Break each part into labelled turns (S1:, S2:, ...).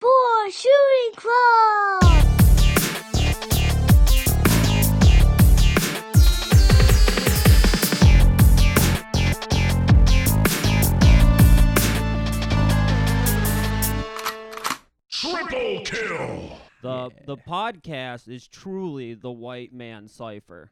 S1: Star Shooting Club!
S2: Triple kill.
S3: The the podcast is truly the white man cipher.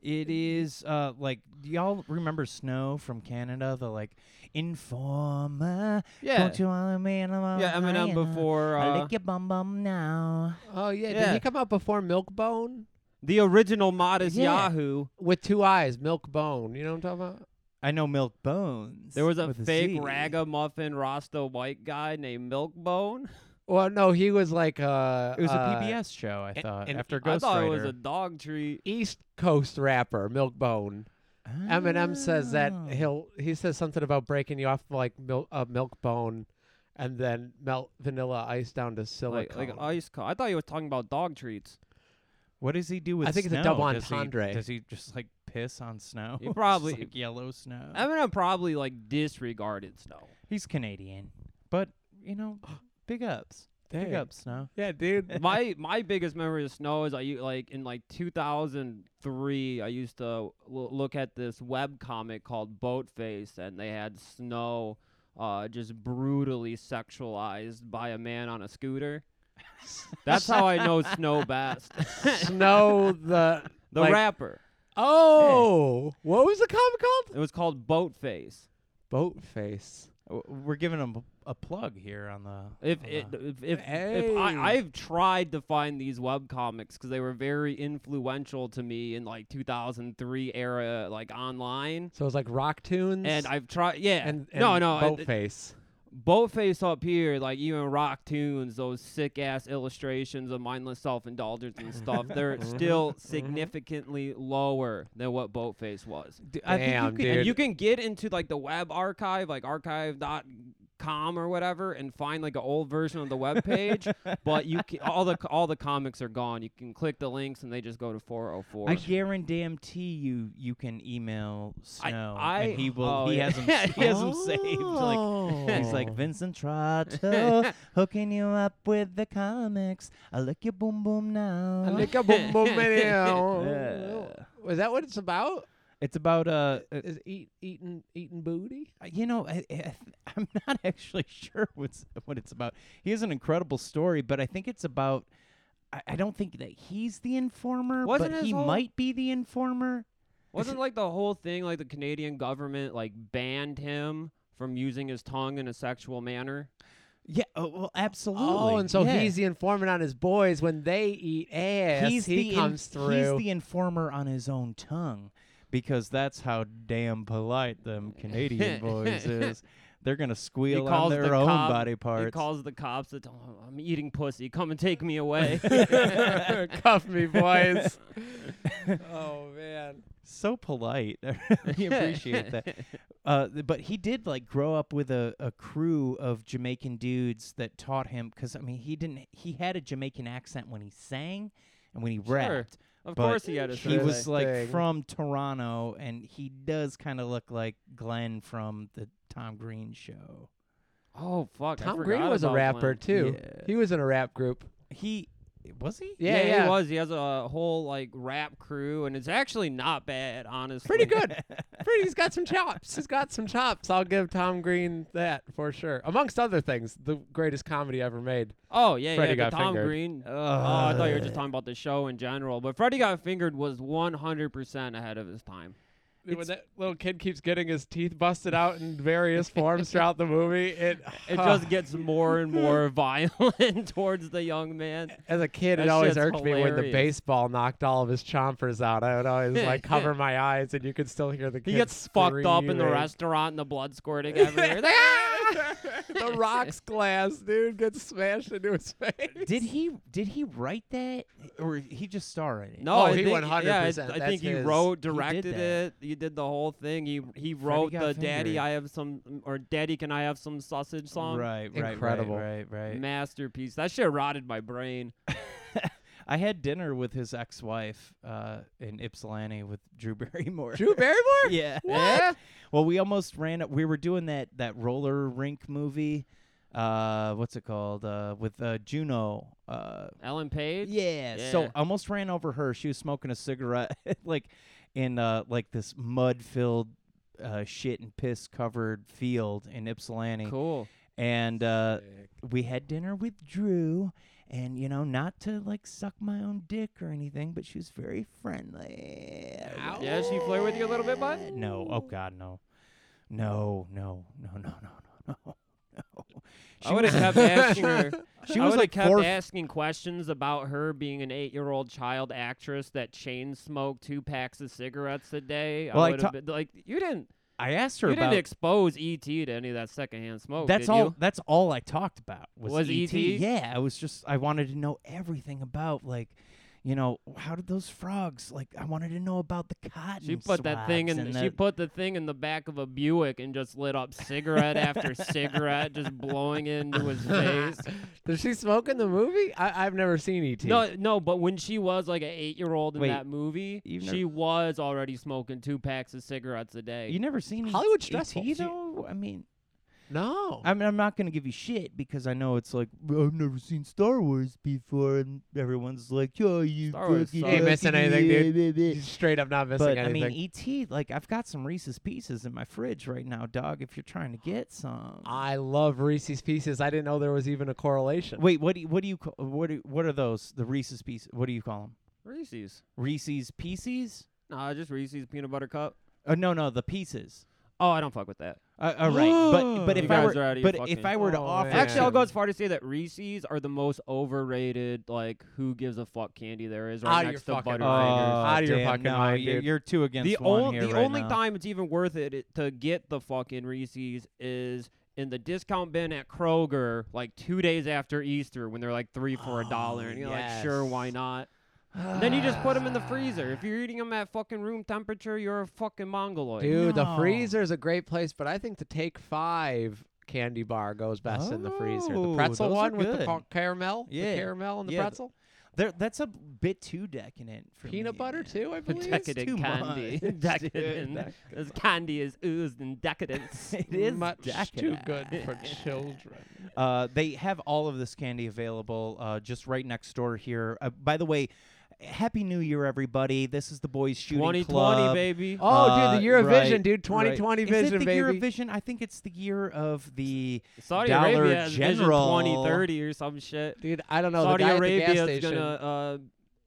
S4: It is uh like do y'all remember Snow from Canada, the like informer.
S3: Yeah.
S4: Don't you want me and I'm
S3: Yeah, Eminem before
S4: I
S3: uh,
S4: lick your bum bum now.
S5: Oh yeah,
S3: Yeah.
S5: did he come out before Milkbone
S3: the original modest
S4: Yeah.
S3: Yahoo.
S5: with two eyes? Milkbone, you know what I'm talking about?
S4: I know milk bones.
S3: There was a
S4: with
S3: fake
S4: Z.
S3: ragamuffin Rasta white guy named Milkbone.
S5: Well, no, he was like uh,
S4: It was
S5: uh,
S4: a PBS show, I thought.
S5: and
S4: after
S3: I
S4: Ghost
S3: thought it was
S4: Rider.
S3: a dog treat.
S5: East Coast rapper, Milkbone. Eminem says that
S4: Oh.
S5: he'll he says something about breaking you off like milk uh, Milkbone, and then melt Vanilla Ice down to
S3: Like,
S5: silicone.
S3: like oh, ice co- I thought he was talking about dog treats.
S4: What does he do with
S5: I think it's
S4: snow?
S5: a double
S4: does he-
S5: entendre.
S4: Does he, just like piss on snow?
S3: He
S4: Just,
S3: probably-
S4: like, yellow snow.
S3: Eminem probably like disregarded snow.
S4: He's Canadian. But, you know, big ups. Big
S5: Dang.
S4: ups, snow.
S5: yeah, dude.
S3: my my biggest memory of snow is I u- like in like 2003 I used to l- look at this web comic called Boatface and they had snow uh, just brutally sexualized by a man on a scooter. That's how I know snow best.
S5: Snow the
S3: the
S5: like-
S3: rapper.
S5: Oh, what was the comic called?
S3: It was called Boatface.
S5: Boatface.
S4: W- We're giving him a, a plug here on the.
S3: If
S4: on
S3: it,
S4: the-
S3: if if, if
S5: Uh-huh. Hey.
S3: I, I've tried to find these web comics because they were very influential to me in like 2003 era like online.
S5: So it was like rock tunes
S3: And I've tried, yeah.
S5: and, and
S3: no, no, it- it-
S5: Boatface.
S3: Boatface up here, like even rock tunes, those sick ass illustrations of mindless self indulgence and stuff. They're still significantly lower than what Boatface was.
S4: D- I think you
S5: Damn,
S4: could-
S5: dude.
S3: And you can get into like the web archive, like archive.com or whatever, and find like an old version of the web page. but you can, all the all the comics are gone. You can click the links and they just go to 404.
S4: I guarantee you, you can email
S3: I-
S4: Snow,
S3: I-
S4: and he will.
S3: oh,
S4: he
S3: yeah.
S4: has him. he has him saved. Like he's like
S5: Oh.
S4: Vincent Trotto, hooking you up with the comics. I lick your boom boom now.
S5: Like a boom boom video.
S4: Yeah.
S5: Was that what it's about?
S4: It's about uh, uh,
S5: Is eat eating eating booty?
S4: you know, I, I, I'm not actually sure what's what it's about. He has an incredible story, but I think it's about. I, I don't think that he's the informer,
S3: Wasn't
S4: but
S3: his
S4: he
S3: whole-
S4: might be the informer.
S3: Wasn't like the whole thing like the Canadian government like banned him from using his tongue in a sexual manner?
S4: Yeah. Oh, well, absolutely.
S5: Oh, and so
S4: yeah.
S5: he's the informant on his boys when they eat ass. he
S4: in-
S5: comes through.
S4: He's the informer on his own tongue, because that's how damn polite them Canadian boys is. They're gonna
S3: He
S4: squeal on
S3: calls
S4: their
S3: the
S4: own
S3: cop-
S4: body
S3: He
S4: parts.
S3: calls the cops to tell him, I'm eating pussy. Come and take me away.
S5: Cuff me, boys. oh man.
S4: so polite. I really appreciate that. Uh, th- but he did like grow up with a, a crew of Jamaican dudes that taught him because I mean he didn't he had a Jamaican accent when he sang and when he rapped.
S3: of
S4: but
S3: course he had a
S4: He was
S3: survey.
S4: like
S5: Thing.
S4: from Toronto and he does kind of look like Glenn from the Tom Green show.
S3: Oh fuck. I
S5: Tom
S3: forgot
S5: Green was a
S3: about
S5: rapper
S3: Glenn.
S5: too.
S4: Yeah.
S5: He was in a rap group.
S4: He was he?
S5: Yeah, yeah.
S3: he was. He has a whole like rap crew and it's actually not bad, honestly.
S5: Pretty good. Pretty he's got some chops. He's got some chops. I'll give Tom Green that for sure. Amongst other things, the greatest comedy ever made.
S3: Oh yeah,
S5: Freddie
S3: yeah.
S5: got
S3: but Tom
S5: fingered.
S3: Green. oh, I thought you were just talking about the show in general, but Freddie got fingered was 100% ahead of his time.
S5: Dude, when that little kid keeps getting his teeth busted out in various forms throughout the movie, it
S3: It just gets more and more violent towards the young man.
S5: as a kid it
S3: that
S5: always
S3: shit's
S5: irked me when the
S3: hilarious.
S5: baseball knocked all of his chompers out. I would always like cover my eyes and you could still hear the kid
S3: He gets fucked up in the
S5: screaming.
S3: restaurant and the blood squirting everywhere. He's like, "Ah!"
S5: the rocks glass, dude, gets smashed into his face.
S4: Did he did he write that or he just starred in it?
S3: No,
S5: Oh,
S3: I
S5: he
S3: think-
S5: 100%,
S3: Yeah, I- I
S5: that's
S3: think he
S5: his.
S3: wrote,
S4: He did
S3: directed
S4: that.
S3: it. He did the whole thing. He he wrote
S4: got
S3: the "Daddy,
S4: fingered.
S3: I have some" or "Daddy, can I have some sausage" song.
S4: Right, right,
S5: Incredible.
S4: Right, right, right.
S3: Masterpiece. That shit rotted my brain.
S4: I had dinner with his ex-wife uh, in Ypsilanti with Drew Barrymore.
S5: Drew Barrymore?
S4: yeah.
S5: What?
S4: Well, we almost ran. We were doing that that roller rink movie. uh, what's it called? Uh, with uh, Juno. Uh,
S3: Ellen Page.
S4: yeah, So
S3: Yeah.
S4: almost ran over her. She was smoking a cigarette, like in uh, like this mud-filled, uh, shit and piss-covered field in Ypsilanti.
S3: Cool.
S4: And uh, we had dinner with Drew, and you know, not to like suck my own dick or anything, but she was very friendly.
S5: Ow.
S3: Yeah, she flirt with you a little bit, bud.
S4: No, oh God, no, no, no, no, no, no, no, no. She
S3: I would
S4: was-
S3: have kept asking her.
S4: She
S3: I
S4: was
S3: would've
S4: like
S3: kept
S4: four f-
S3: asking questions about her being an eight-year-old child actress that chain smoked two packs of cigarettes a day.
S4: Well, I
S3: I would have
S4: ta-
S3: been like, you didn't,
S4: I asked her
S3: you
S4: about.
S3: didn't expose ET to any of that secondhand smoke.
S4: that's
S3: Oh, did
S4: all.
S3: you?
S4: That's all I talked about was, E
S3: Was E ET?
S4: Yeah, I was just. I wanted to know everything about like. You know how did those frogs like? I wanted to know about the cotton.
S3: She put that thing
S4: swabs
S3: in.
S4: and
S3: she
S4: the-
S3: put the thing in the back of a Buick and just lit up cigarette after cigarette, just blowing into his face.
S5: Does she smoke in the movie? I, I've never seen E ET.
S3: No, no, but when she was like an eight-year-old in
S4: Wait,
S3: that movie,
S4: you've never-
S3: she was already smoking two packs of cigarettes a day.
S4: You never seen
S5: Hollywood
S4: ET,
S5: stressful. She-
S4: though? I mean,
S5: no.
S4: I mean, I'm not gonna give you shit because I know it's like "Well, I've never seen Star Wars before, and everyone's like, "Oh, you
S3: Star Wars
S4: fucking
S3: sucks. Ain't
S5: missing anything, She's Straight up, not missing
S4: But I
S5: anything.
S4: mean, ET. Like, I've got some Reese's Pieces in my fridge right now, dog. If you're trying to get some,
S5: I love Reese's Pieces. I didn't know there was even a correlation.
S4: wait. What do you, what do you call what do, what are those? The Reese's Pieces. What do you call them?
S3: Reese's.
S4: Reese's Pieces?
S3: Nah, just Reese's peanut butter cup.
S4: Oh no, no, the pieces.
S3: Oh, I don't fuck with that.
S4: Uh, all right, but but
S3: You
S4: if I
S3: guys
S4: were
S3: are out of your
S4: but if
S3: fucking-
S4: I were to
S5: Oh,
S4: offer,
S5: man.
S3: Actually, I'll
S4: to-
S3: go as far to say that Reese's are the most overrated. Like, who gives a fuck candy there is
S4: Ah,
S3: right
S5: Out of
S3: next
S5: your
S3: to
S5: fucking
S3: Butterfingers.
S5: mind.
S4: Oh,
S5: Out of your
S4: damn,
S5: fucking
S4: no,
S5: mind,
S4: you're,
S5: dude.
S4: you're two against
S3: the
S4: one
S3: ol-
S4: here
S3: the
S4: right
S3: only
S4: now.
S3: time it's even worth it, it to get the fucking Reese's is in the discount bin at Kroger, like two days after Easter, when they're like three for a dollar,
S5: Oh,
S3: and you're like, sure, why
S5: yes.
S3: not? And then you just put them in the freezer. If you're eating them at fucking room temperature, you're a fucking mongoloid.
S5: Dude, the
S4: No.
S5: freezer is a great place, but I think the Take Five candy bar goes best in the freezer. The
S4: Oh,
S5: pretzel
S4: those are
S5: one with the
S4: good.
S5: ca- caramel,
S4: Yeah.
S5: the caramel and the
S4: Yeah, th-
S5: pretzel,
S4: There- that's a bit too decadent for
S5: peanut
S4: me,
S5: butter
S4: man.
S5: too, I believe.
S4: too
S3: decadent candy.
S4: much, dude.
S3: decadent.
S4: That-
S3: This candy is oozed in decadence.
S4: It is
S5: much too
S4: decadent.
S5: good for children.
S4: Uh, they have all of this candy available uh, just right next door here. Uh, by the way, Happy New Year, everybody! This is the boys shooting
S3: 2020,
S4: club.
S3: baby.
S5: Oh, dude, the
S4: Uh,
S5: Eurovision,
S4: right,
S5: dude, 2020
S4: right.
S5: vision,
S4: is it the
S5: baby.
S4: Eurovision? I think it's the year of the
S3: Saudi
S4: Dollar
S3: Arabia has Vision
S4: General.
S3: 2030 or some shit.
S5: Dude, I don't know.
S3: Saudi
S5: the guy at the
S3: Arabia
S5: gas
S3: is
S5: station.
S3: gonna uh,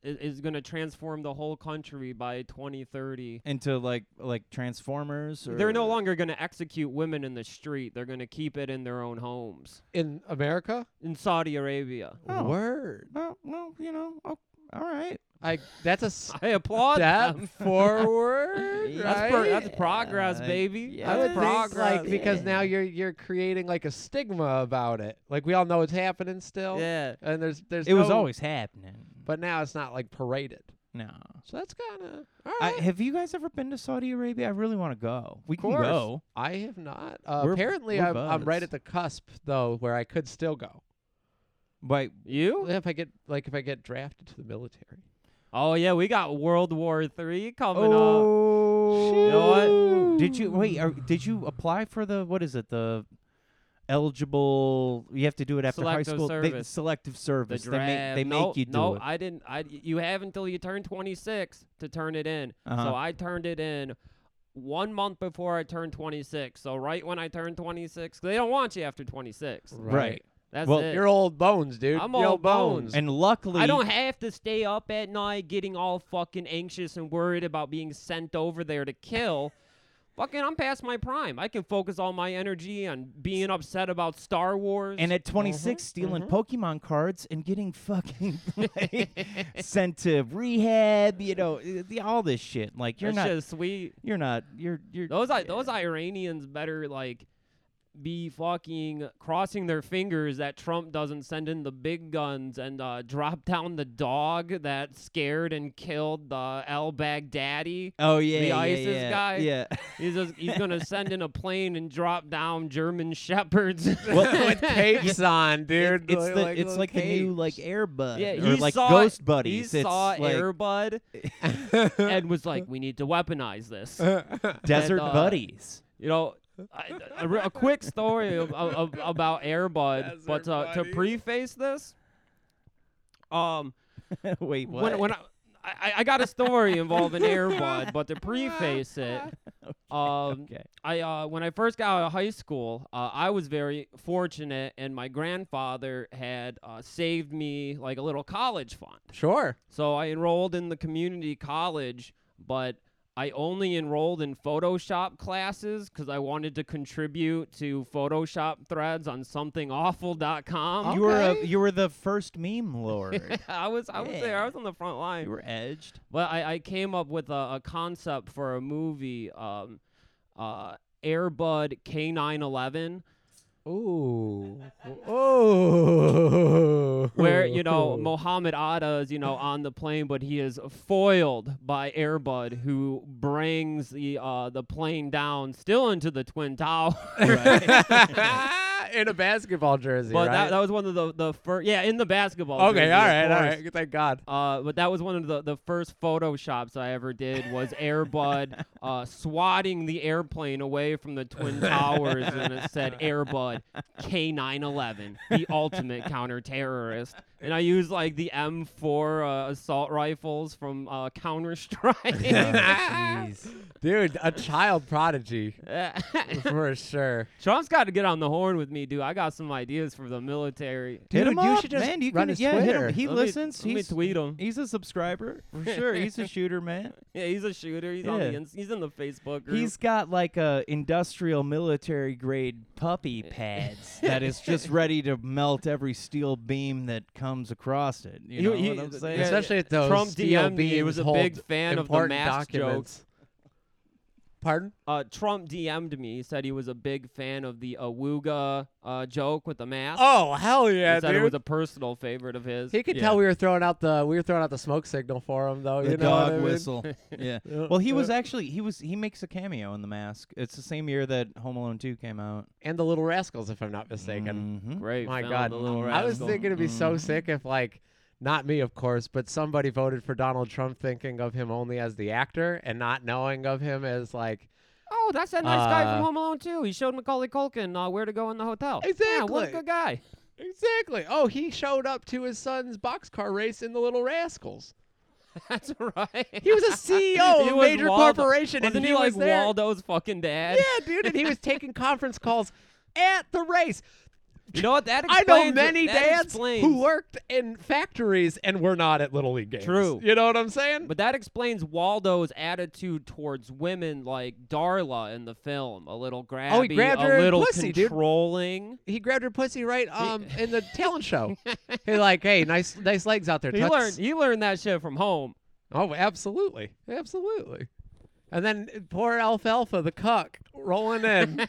S3: i- is gonna transform the whole country by 2030.
S4: into like like Transformers. Or
S3: They're no longer gonna execute women in the street. They're gonna keep it in their own homes
S5: in America.
S3: in Saudi Arabia.
S4: Oh.
S5: Word.
S4: Well, well, you know, oh, all right.
S5: I that's a step
S3: I applaud them.
S5: forward.
S3: That's, pro-
S5: right?
S3: that's progress,
S4: Yeah,
S3: baby.
S4: yeah.
S5: I
S3: That's
S5: would think
S3: progress.
S5: like because now you're you're creating like a stigma about it. Like we all know it's happening still.
S3: yeah.
S5: And there's there's
S4: It was
S5: no-
S4: always happening.
S5: Oh. but now it's not like paraded.
S4: no.
S5: So that's kind of
S4: I, have you guys ever been to Saudi Arabia? I really want to go. We can
S3: course.
S4: go.
S5: I have not. Uh,
S4: We're-
S5: apparently,
S4: we're
S5: I'm, I'm right
S4: buds.
S5: at the cusp though, where I could still go
S4: Wait,
S3: You?
S5: if I get like if I get drafted to the military.
S3: Oh yeah, we got World War Three coming
S5: uh,
S3: up.
S4: oh,
S3: You know
S4: did you wait? Are, did you apply for the what is it? The eligible? You have to do it after
S3: Selective
S4: high school. They-
S3: service.
S4: selective
S3: The
S4: service.
S3: draft.
S4: They make they
S3: no,
S4: make you do
S3: no,
S4: it.
S3: I didn't. I you have until you turn 26 to turn it in.
S4: Uh-huh.
S3: So I turned it in one month before I turned 26. So right when I turned 26, they don't want you after 26.
S4: Right.
S3: That's
S4: Well,
S3: it.
S5: You're old bones, dude.
S3: I'm
S5: You're
S3: old
S5: old bones.
S3: bones.
S4: And luckily,
S3: I don't have to stay up at night getting all fucking anxious and worried about being sent over there to kill. Fucking, I'm past my prime. I can focus all my energy on being upset about Star Wars.
S4: and at 26
S3: Mm-hmm,
S4: stealing Pokemon cards and getting fucking like, sent to rehab. You know, i- the- all this shit. Like you're
S3: it's
S4: not.
S3: just sweet.
S4: you're not. You're you're.
S3: Those I those Iranians better like be fucking crossing their fingers that Trump doesn't send in the big guns and uh, drop down the dog that scared and killed the Al Baghdadi.
S4: Oh yeah, yeah,
S3: ISIS
S4: yeah,
S3: guy.
S4: Yeah.
S3: He's just, he's gonna send in a plane and drop down German shepherds.
S5: With capes on,
S4: It-
S5: dude.
S4: it's
S5: like,
S4: the
S5: like
S4: it's
S5: little
S4: like the new
S5: capes.
S4: like Airbud
S3: yeah,
S4: or
S3: he
S4: like
S3: saw
S4: Ghost Buddies.
S3: He
S4: it's
S3: saw
S4: like
S3: Airbud and was like, "We need to weaponize this."
S4: Desert
S3: uh,
S4: Buddies.
S3: You know, I- a, re- a quick story of, of, of- about Airbud,
S5: That's
S3: but uh, to
S5: everybody.
S3: preface this, um,
S4: Wait, what?
S3: when when I, I I got a story involving Airbud, but to preface it, um,
S4: okay.
S3: I uh, when I first got out of high school, uh, I was very fortunate, and my grandfather had uh, saved me like a little college fund.
S5: Sure.
S3: So I enrolled in the community college, but I only enrolled in Photoshop classes because I wanted to contribute to Photoshop threads on somethingawful.com.
S4: You were a,
S5: Okay.
S4: you were the first meme lord.
S3: I was I was there.
S4: Yeah.
S3: I was on the front line.
S4: you were edged.
S3: But I, I came up with a, a concept for a movie, um, uh, Airbud K911,
S5: Ooh. Oh.
S3: where you know Mohammed Atta is you know on the plane, but he is foiled by Airbud, who brings the uh, the plane down still into the twin tower.
S5: in a basketball jersey,
S3: but
S5: right?
S3: that, that was one of the the first, yeah, in the basketball.
S5: okay,
S3: jersey,
S5: all
S3: of
S5: right, all
S3: course.
S5: right. Thank God.
S3: Uh, but that was one of the, the first photoshops I ever did was Airbud uh, swatting the airplane away from the Twin Towers, and it said Airbud K911, the ultimate counter-terrorist. And I used like the M4 uh, assault rifles from uh, Counter
S4: Oh,
S3: Strike.
S5: Dude, a child prodigy for sure.
S3: Trump's got to get on the horn with me, dude. I got some ideas for the military.
S5: Dude,
S4: hit him
S5: you
S4: up,
S5: should just
S4: man. You
S5: run
S4: can,
S5: his
S4: yeah, hit
S5: Twitter.
S4: him. He
S3: Let me-
S4: listens.
S3: let me
S4: he's,
S3: tweet him.
S4: He's a subscriber for sure. He's a shooter, man.
S3: Yeah, he's a shooter. He's on the
S4: Yeah.
S3: ins- he's in the Facebook group.
S4: He's got like a industrial military grade puppy pads that is just ready to melt every steel beam that comes across it. You
S3: You-
S4: know
S3: you-
S4: what I'm
S3: th-
S4: saying?
S3: Yeah,
S5: Especially at those
S3: Trump
S5: steel
S3: DM'd me. He was
S5: beams
S3: a
S5: hold
S3: big fan of the
S5: important
S3: mask joke.
S5: documents. Pardon?
S3: uh, Trump DM'd me. He said he was a big fan of the awooga uh, joke with the mask.
S5: Oh hell
S3: he
S5: yeah,
S3: said
S5: dude!
S3: it was a personal favorite of his.
S5: he could
S4: Yeah.
S5: tell we were throwing out the we were throwing out the smoke signal for him though.
S4: the
S5: you know what
S4: dog
S5: I mean?
S4: whistle. yeah.
S5: Yeah.
S4: Well, he was
S5: Yeah.
S4: actually he was he makes a cameo in The Mask. It's the same year that Home Alone 2 came out.
S5: and the Little Rascals, if I'm not mistaken.
S4: Mhm.
S3: Great.
S5: My
S3: film,
S5: God,
S3: The Little Mm.
S5: I was
S3: Rascal.
S5: thinking it'd be so
S4: Mhm.
S5: sick if like. Not me, of course, but somebody voted for Donald Trump thinking of him only as the actor and not knowing of him as like
S3: Oh, that's that nice guy
S5: Uh,
S3: from Home Alone too. He showed Macaulay Culkin uh, where to go in the hotel. Yeah, what
S5: Exactly.
S3: a good guy.
S5: Exactly. Oh, he showed up to his son's boxcar race in the Little Rascals.
S3: That's right.
S5: He was a CEO
S3: He
S5: of a
S3: was
S5: major
S3: Waldo-
S5: corporation
S3: Wasn't
S5: and
S3: he,
S5: he,
S3: like
S5: was there.
S3: Waldo's fucking dad?
S5: Yeah, dude, and he was taking conference calls at the race.
S3: You know what? That
S5: I
S3: explains.
S5: know many
S3: that
S5: dads
S3: explains,
S5: who worked in factories and were not at Little League games.
S3: True.
S5: You know what I'm saying?
S3: But that explains Waldo's attitude towards women, like Darla in the film. A little grabby,
S5: Oh, he grabbed
S3: a
S5: her
S3: little
S5: pussy, dude.
S3: controlling.
S5: he grabbed her pussy right um in the talent show. He's like, "Hey, nice nice legs out there."
S3: He
S5: toots."
S3: learned he learned that shit from home.
S5: Oh, absolutely. Absolutely. And then poor Alfalfa, the cuck, rolling in,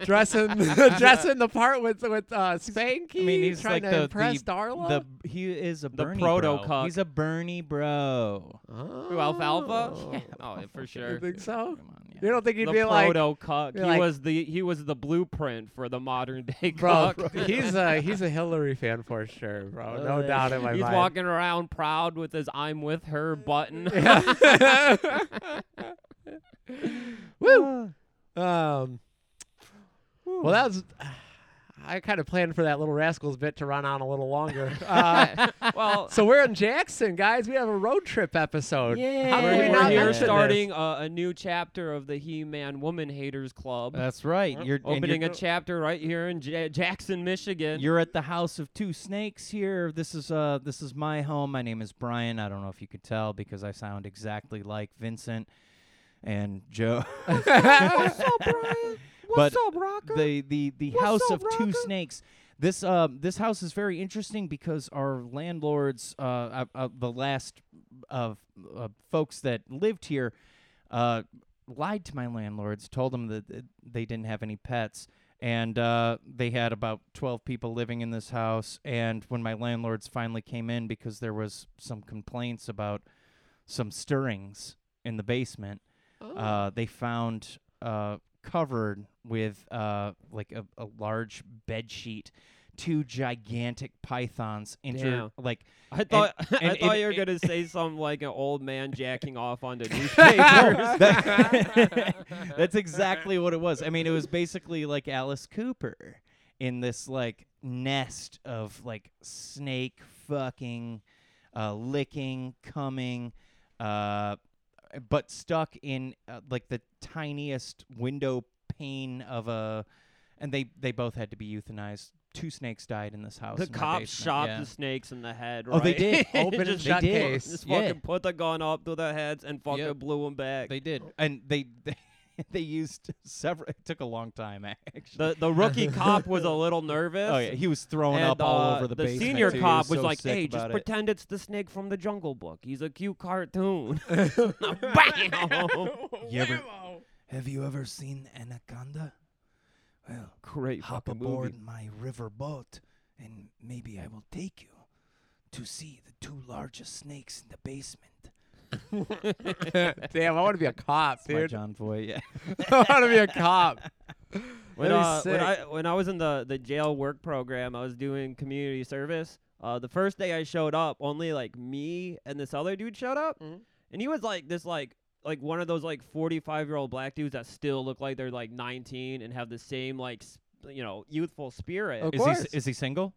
S5: dressing dressing the part with with uh, Spanky.
S4: I mean, he's
S5: trying
S4: like
S5: to
S4: the,
S5: impress
S4: the,
S5: Darla.
S4: the- he is a
S3: The
S4: Bernie
S3: proto
S4: bro.
S3: cuck.
S4: He's a Bernie bro.
S3: Who, Alfalfa? Yeah, oh, yeah, for
S5: You
S3: sure.
S5: think so?
S4: Come on, yeah.
S5: You don't think he'd
S3: the
S5: be like,
S3: proto cuck.
S5: be
S3: He
S5: like-
S3: was the he was the blueprint for the modern day
S5: bro?
S3: cuck.
S5: he's a he's a Hillary fan for sure, bro. No
S4: Oh, yeah.
S5: doubt in my
S3: He's
S5: mind.
S3: walking around proud with his "I'm with her" button.
S5: Woo. Um. Well, that was. I kind of planned for that little rascals bit to run on a little longer. Uh,
S3: well,
S5: so we're in Jackson, guys. We have a road trip episode. How
S4: Yay.
S5: can we
S3: we're,
S5: not
S3: we're here
S5: mention this?
S3: starting a, a new chapter of the He-Man Woman Haters Club.
S4: That's right. You're and
S3: opening
S4: you're,
S3: a chapter right here in Ja Jackson, Michigan.
S4: You're at the house of two snakes here. This is uh this is my home. My name is Brian. I don't know if you could tell because I sound exactly like Vincent and Joe.
S3: What's up, Brian?
S4: What's
S3: up, Rocker?
S4: the the the
S3: What's
S4: house
S3: up,
S4: of two
S3: Rocker?
S4: snakes. This uh this house is very interesting because our landlords uh, uh, uh the last of uh, folks that lived here uh lied to my landlords, told them that th- they didn't have any pets. And uh, they had about 12 people living in this house. And when my landlords finally came in, because there was some complaints about some stirrings in the basement, uh, they found uh, covered with uh, like a, a large bed sheet two gigantic pythons inter
S3: Damn.
S4: like
S3: I thought I
S4: and
S3: thought
S4: it-
S3: you were
S4: it-
S3: gonna say something like an old man jacking off onto newspapers.
S4: That- that's exactly what it was. I mean, it was basically like Alice Cooper in this like nest of like snake fucking, uh, licking, coming, uh, but stuck in uh, like the tiniest window pane of a, and they they both had to be euthanized. Two snakes died in this house.
S3: the
S4: Oh, in my
S3: cops
S4: basement.
S3: shot
S4: Yeah.
S3: the snakes in the head.
S4: Oh, they
S3: right?
S4: did.
S5: Open and
S3: Just-
S5: shut
S3: they did.
S5: case.
S3: Just
S4: Yeah.
S3: fucking put the gun up to their heads and fucking
S4: Yep.
S3: blew them back.
S4: They did, and they they, they used several. It took a long time actually.
S3: the the rookie cop was a little nervous.
S4: Oh yeah, he was throwing
S3: and,
S4: up all
S3: uh,
S4: over the,
S3: the
S4: basement.
S3: senior
S4: too. He
S3: cop was
S4: so
S3: like,
S4: sick
S3: "Hey, just
S4: about it.
S3: pretend it's the snake from the Jungle Book. He's a cute cartoon." Bam!
S4: You ever- have you ever seen Anaconda? Well,
S3: Great
S4: hop
S3: fucking
S4: aboard
S3: movie.
S4: my river boat, and maybe I will take you to see the two largest snakes in the basement.
S5: Damn, I want to be a cop, dude.
S4: John Voight, yeah.
S5: I want to be a cop. That'd
S3: When,
S5: be
S3: uh, when
S5: sick.
S3: I when I was in the the jail work program, I was doing community service. Uh, the first day I showed up, only like me and this other dude showed up,
S4: Mm-hmm.
S5: Mhm.
S3: and he was like this like like one of those like forty five year old black dudes that still look like they're like nineteen and have the same like s you know youthful spirit.
S5: Of
S4: Is he,
S5: course.
S4: s- is he single?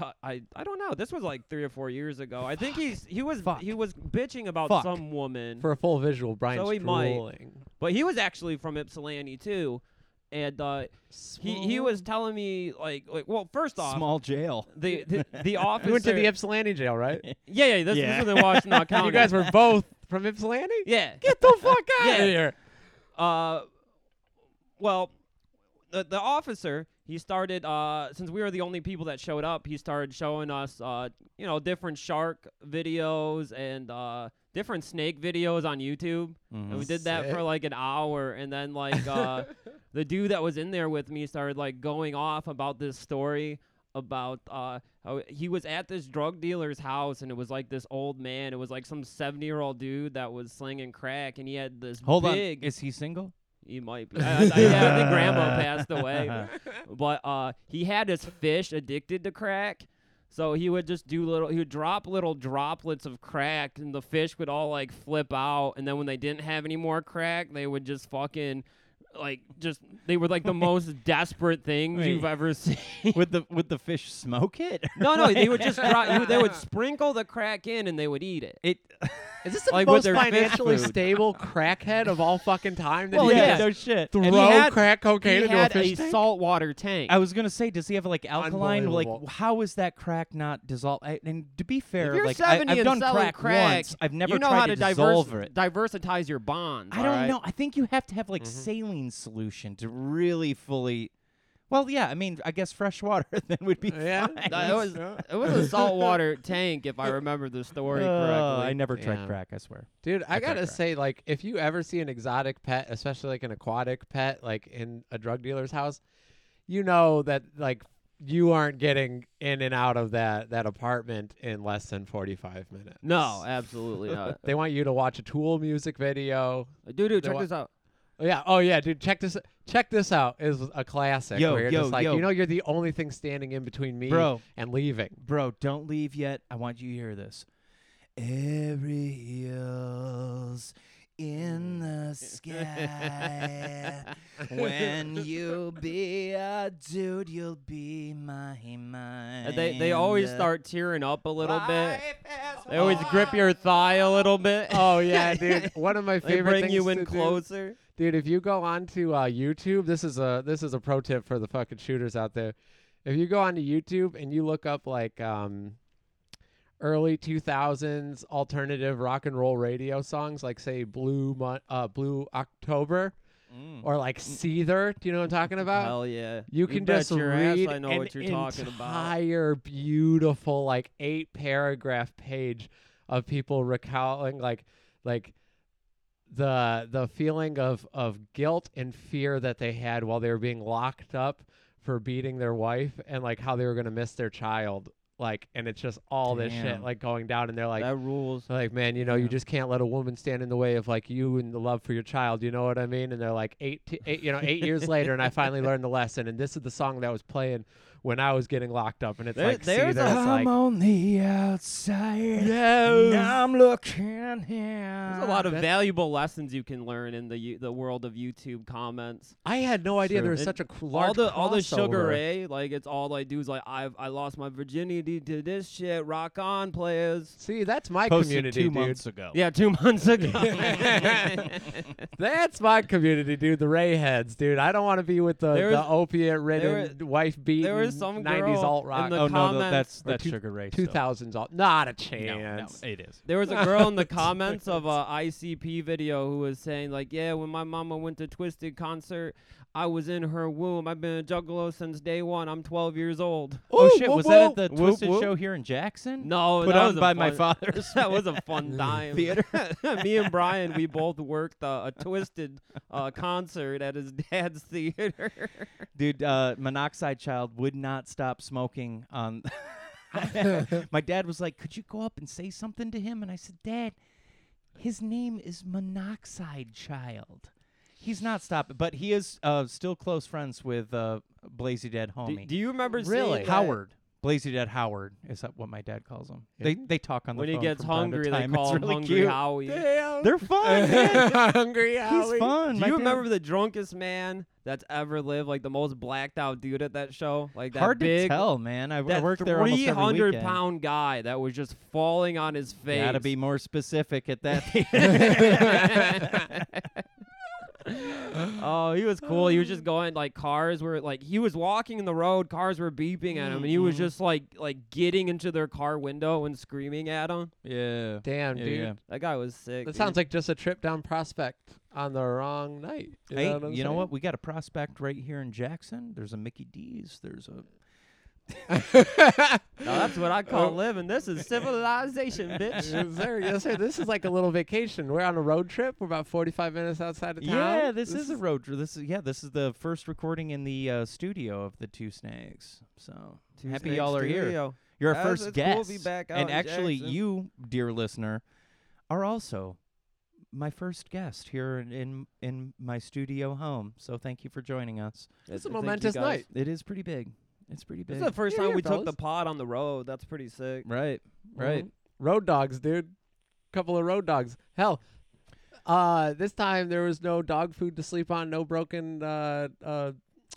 S3: Uh, I I don't know. This was like three or four years ago. I think he's he was
S4: Fuck.
S3: he was bitching about
S4: Fuck.
S3: some woman,
S5: For a full visual, Brian's
S3: So he might.
S5: drooling.
S3: but he was actually from Ypsilanti too, and uh, he he was telling me like like well first off
S4: Small jail.
S3: the the, the officer
S5: You went to the Ypsilanti jail, right?
S3: yeah yeah this,
S4: Yeah.
S3: this was in Washington County.
S5: you guys were both from Ypsilanti.
S3: yeah
S5: Get the fuck out
S3: Yeah.
S5: of here.
S3: uh well the the officer he started uh since we were the only people that showed up he started showing us uh you know different shark videos and uh different snake videos on YouTube.
S4: Mm-hmm.
S3: And
S4: Mm,
S3: we did that for
S5: Sick.
S3: like an hour, and then like uh, the dude that was in there with me started like going off about this story about uh, how he was at this drug dealer's house, and it was like this old man. It was like some seventy-year-old dude that was slinging crack, and he had this
S4: Hold
S3: big.
S4: on. Is he single?
S3: He might be. I, I, I- yeah, I think grandma passed away.
S4: Uh-huh.
S3: But uh, he had his fish addicted to crack. So he would just do little, he would drop little droplets of crack, and the fish would all like flip out. And then when they didn't have any more crack, they would just fucking, like, just, they were like the most desperate things
S4: Wait.
S3: you've ever seen.
S4: would the would the fish smoke it?
S3: no, no, they would just drop, you- they would sprinkle the crack in and they would eat it.
S4: It.
S5: Is this the
S3: Like with
S5: most
S3: their fish
S5: financially
S3: food.
S5: stable crackhead of all fucking time? That
S3: Well,
S5: he
S3: yeah.
S5: just
S4: No shit.
S5: throw
S3: And he had-
S5: crack
S3: He
S5: cocaine into a
S3: had
S5: fish
S3: a
S5: tank?
S3: saltwater tank.
S4: I was gonna say, does he have like alkaline? Like,
S5: Unbelievable.
S4: how is that crack not dissolved? I, and to be fair,
S3: If you're
S4: like I,
S3: 70
S4: have
S3: and
S4: done
S3: selling
S4: crack, once. I've never
S3: you know
S4: tried
S3: how
S4: to,
S3: to,
S4: dissolve
S3: diverse-
S4: it.
S3: diversitize your bonds.
S4: I don't
S3: alright?
S4: know. I think you have to have like
S3: Mm-hmm.
S4: saline solution to really fully. Well, yeah. I mean, I guess fresh water then would be
S5: Yeah.
S4: fine.
S3: Uh, it was it was a saltwater tank, if I remember the story
S5: Oh,
S4: Uh,
S3: correctly.
S4: I never tried
S5: Damn.
S4: crack. I swear.
S5: Dude, I
S4: That's right,
S5: gotta
S4: correct.
S5: say, like, if you ever see an exotic pet, especially like an aquatic pet, like in a drug dealer's house, you know that like you aren't getting in and out of that that apartment in less than forty five minutes.
S3: No, absolutely not,
S5: they want you to watch a Tool music video.
S3: dude. dude
S5: The
S3: check
S5: wa-
S3: this out.
S5: Oh, yeah, oh yeah, dude, check this check this out is a classic.
S4: Yo,
S5: where you're
S4: yo,
S5: just like,
S4: yo.
S5: you know, you're the only thing standing in between me
S4: Bro.
S5: and leaving.
S4: Bro, don't leave yet. I want you to hear this. Every hills in the sky. when you be a dude, you'll be my
S3: Uh,
S4: mind.
S3: They they always start tearing up a little bit. They always grip your thigh a little bit.
S5: Oh yeah, dude. One of my
S3: they
S5: favorite
S3: bring
S5: things
S3: you in
S5: to do-
S3: closer.
S5: Dude, if you go onto uh, YouTube, this is a this is a pro tip for the fucking shooters out there. If you go onto YouTube and you look up like um, early two thousands alternative rock and roll radio songs, like say Blue Mon- uh, Blue October
S4: Mm.
S5: or like Seether, do you know what I'm talking about?
S3: Hell yeah!
S5: You can
S3: bet
S5: just
S3: your
S5: read
S3: ass I know
S5: an
S3: what you're talking about.
S5: entire beautiful like eight paragraph page of people recalling like like the the feeling of of guilt and fear that they had while they were being locked up for beating their wife and like how they were gonna miss their child like and it's just all this shit
S4: Damn.
S5: like going down and they're like
S3: that rules.
S5: so, like, man, you know, you just can't let a woman stand in the way of like you and the love for your child. You know what I mean? And they're like eight, eight you know, eight years later, and I finally learned the lesson. And this is the song that was playing when I was getting locked up, and it's
S3: There-
S5: like see,
S3: there's
S5: there's
S3: a-
S5: like
S4: on the outside.
S5: Yes.
S4: I'm looking in. There's
S3: There's a lot of valuable lessons you can learn in the you- the world of YouTube comments.
S5: I had no idea
S4: Sure.
S5: there was
S3: And
S5: such a cl- large
S3: all the all the sugar
S5: crossover.
S3: ray, like it's all I do is like I've I lost my virginity to this shit. Rock on, players.
S5: See, that's my
S4: posted
S5: community,
S4: two
S5: dude.
S4: months ago.
S3: Yeah, two months ago.
S5: That's my community, dude. The Ray heads, dude. I don't want to be with the,
S3: There
S5: the
S3: was-
S5: opiate
S3: there
S5: ridden, wife beaten,
S3: there was some
S5: 90s
S3: girl
S5: alt
S3: in
S5: rock.
S3: the
S4: Oh no, th-
S3: comments
S4: that's
S5: or
S4: that's
S5: two-
S4: sugar race.
S5: 2000s alt. Not a
S4: No, no,
S5: chance.
S4: it is.
S3: There was a girl in the comments of a ICP video who was saying like, "Yeah, when my mama went to Twisted concert, I was in her womb. I've been a juggalo since day one. I'm 12 years old."
S4: oh
S5: Ooh,
S4: shit!
S5: whoa,
S4: was that
S5: whoa.
S4: at the
S5: Whoop,
S4: Twisted
S5: whoop.
S4: show here in Jackson?
S3: No,
S4: put
S3: that
S4: on
S3: was a
S4: by my
S3: fun-
S4: father's.
S3: that was a fun time.
S4: Theater.
S3: Me and Brian, we both worked uh, a Twisted uh, concert at his dad's theater.
S4: Dude, uh, monoxide child would not stop smoking. On my dad was like, "Could you go up and say something to him?" And I said, "Dad, his name is Monoxide Child. He's not stopping, but he is uh, still close friends with uh, Blazy Dead
S3: do,
S4: homie
S3: do you remember
S5: Really?
S3: seeing that?
S4: Howard." Blazy Dead Howard is that what my dad calls him. They they talk on the
S3: When he
S4: phone
S3: gets
S4: from time to
S3: hungry, they
S4: time. It's
S3: call him
S4: really
S3: Hungry
S4: cute.
S3: Howie.
S5: Damn.
S4: They're fun. man.
S5: hungry.
S4: He's
S5: Howie.
S4: fun.
S3: Do
S4: My
S3: you
S4: dad-
S3: remember the drunkest man that's ever lived? Like the most blacked out dude at that show? Like that
S4: Hard
S3: big,
S4: to tell, man. I, I
S3: that
S4: worked there almost
S3: three
S4: every
S3: hundred
S4: weekend.
S3: pound guy that was just falling on his face.
S4: Gotta be more specific at that.
S3: oh, he was cool. He was just going like cars were like he was walking in the road, cars were beeping at him, and he was
S4: Mm-hmm.
S3: just like like getting into their car window and screaming at him.
S4: yeah.
S5: Damn,
S4: Yeah,
S5: dude.
S4: yeah.
S3: That guy was sick.
S5: That sounds like just a trip down Prospect on the wrong night. You
S4: Hey,
S5: know what? I'm
S4: you know
S5: saying?
S4: what? We got a prospect right here in Jackson. There's a Mickey D's. There's a
S3: Now, that's what I call living. This is civilization, bitch.
S5: yes, sir. Yes, sir. This is like a little vacation. We're on a road trip. We're about 45 minutes outside of town.
S4: yeah. This, is a road. dri- This is yeah. This is the first recording in the uh, studio of the Two Snakes. So happy y'all are here. You're our
S3: Guys,
S4: first
S3: it's cool
S4: guest,
S3: to be back out
S4: and
S3: in
S4: actually,
S3: Jackson.
S4: you, dear listener, are also my first guest here in, in in my studio home. So thank you for joining us.
S5: It's a momentous night.
S4: It is pretty big. It's pretty
S3: This
S4: big.
S3: is the first
S5: Yeah,
S3: time
S5: yeah,
S3: we took
S5: fellas.
S3: the pod on the road. That's pretty sick.
S4: right, right.
S5: Mhm. Road dogs, dude. Couple of road dogs. Hell, uh, this time there was no dog food to sleep on, no broken uh, uh,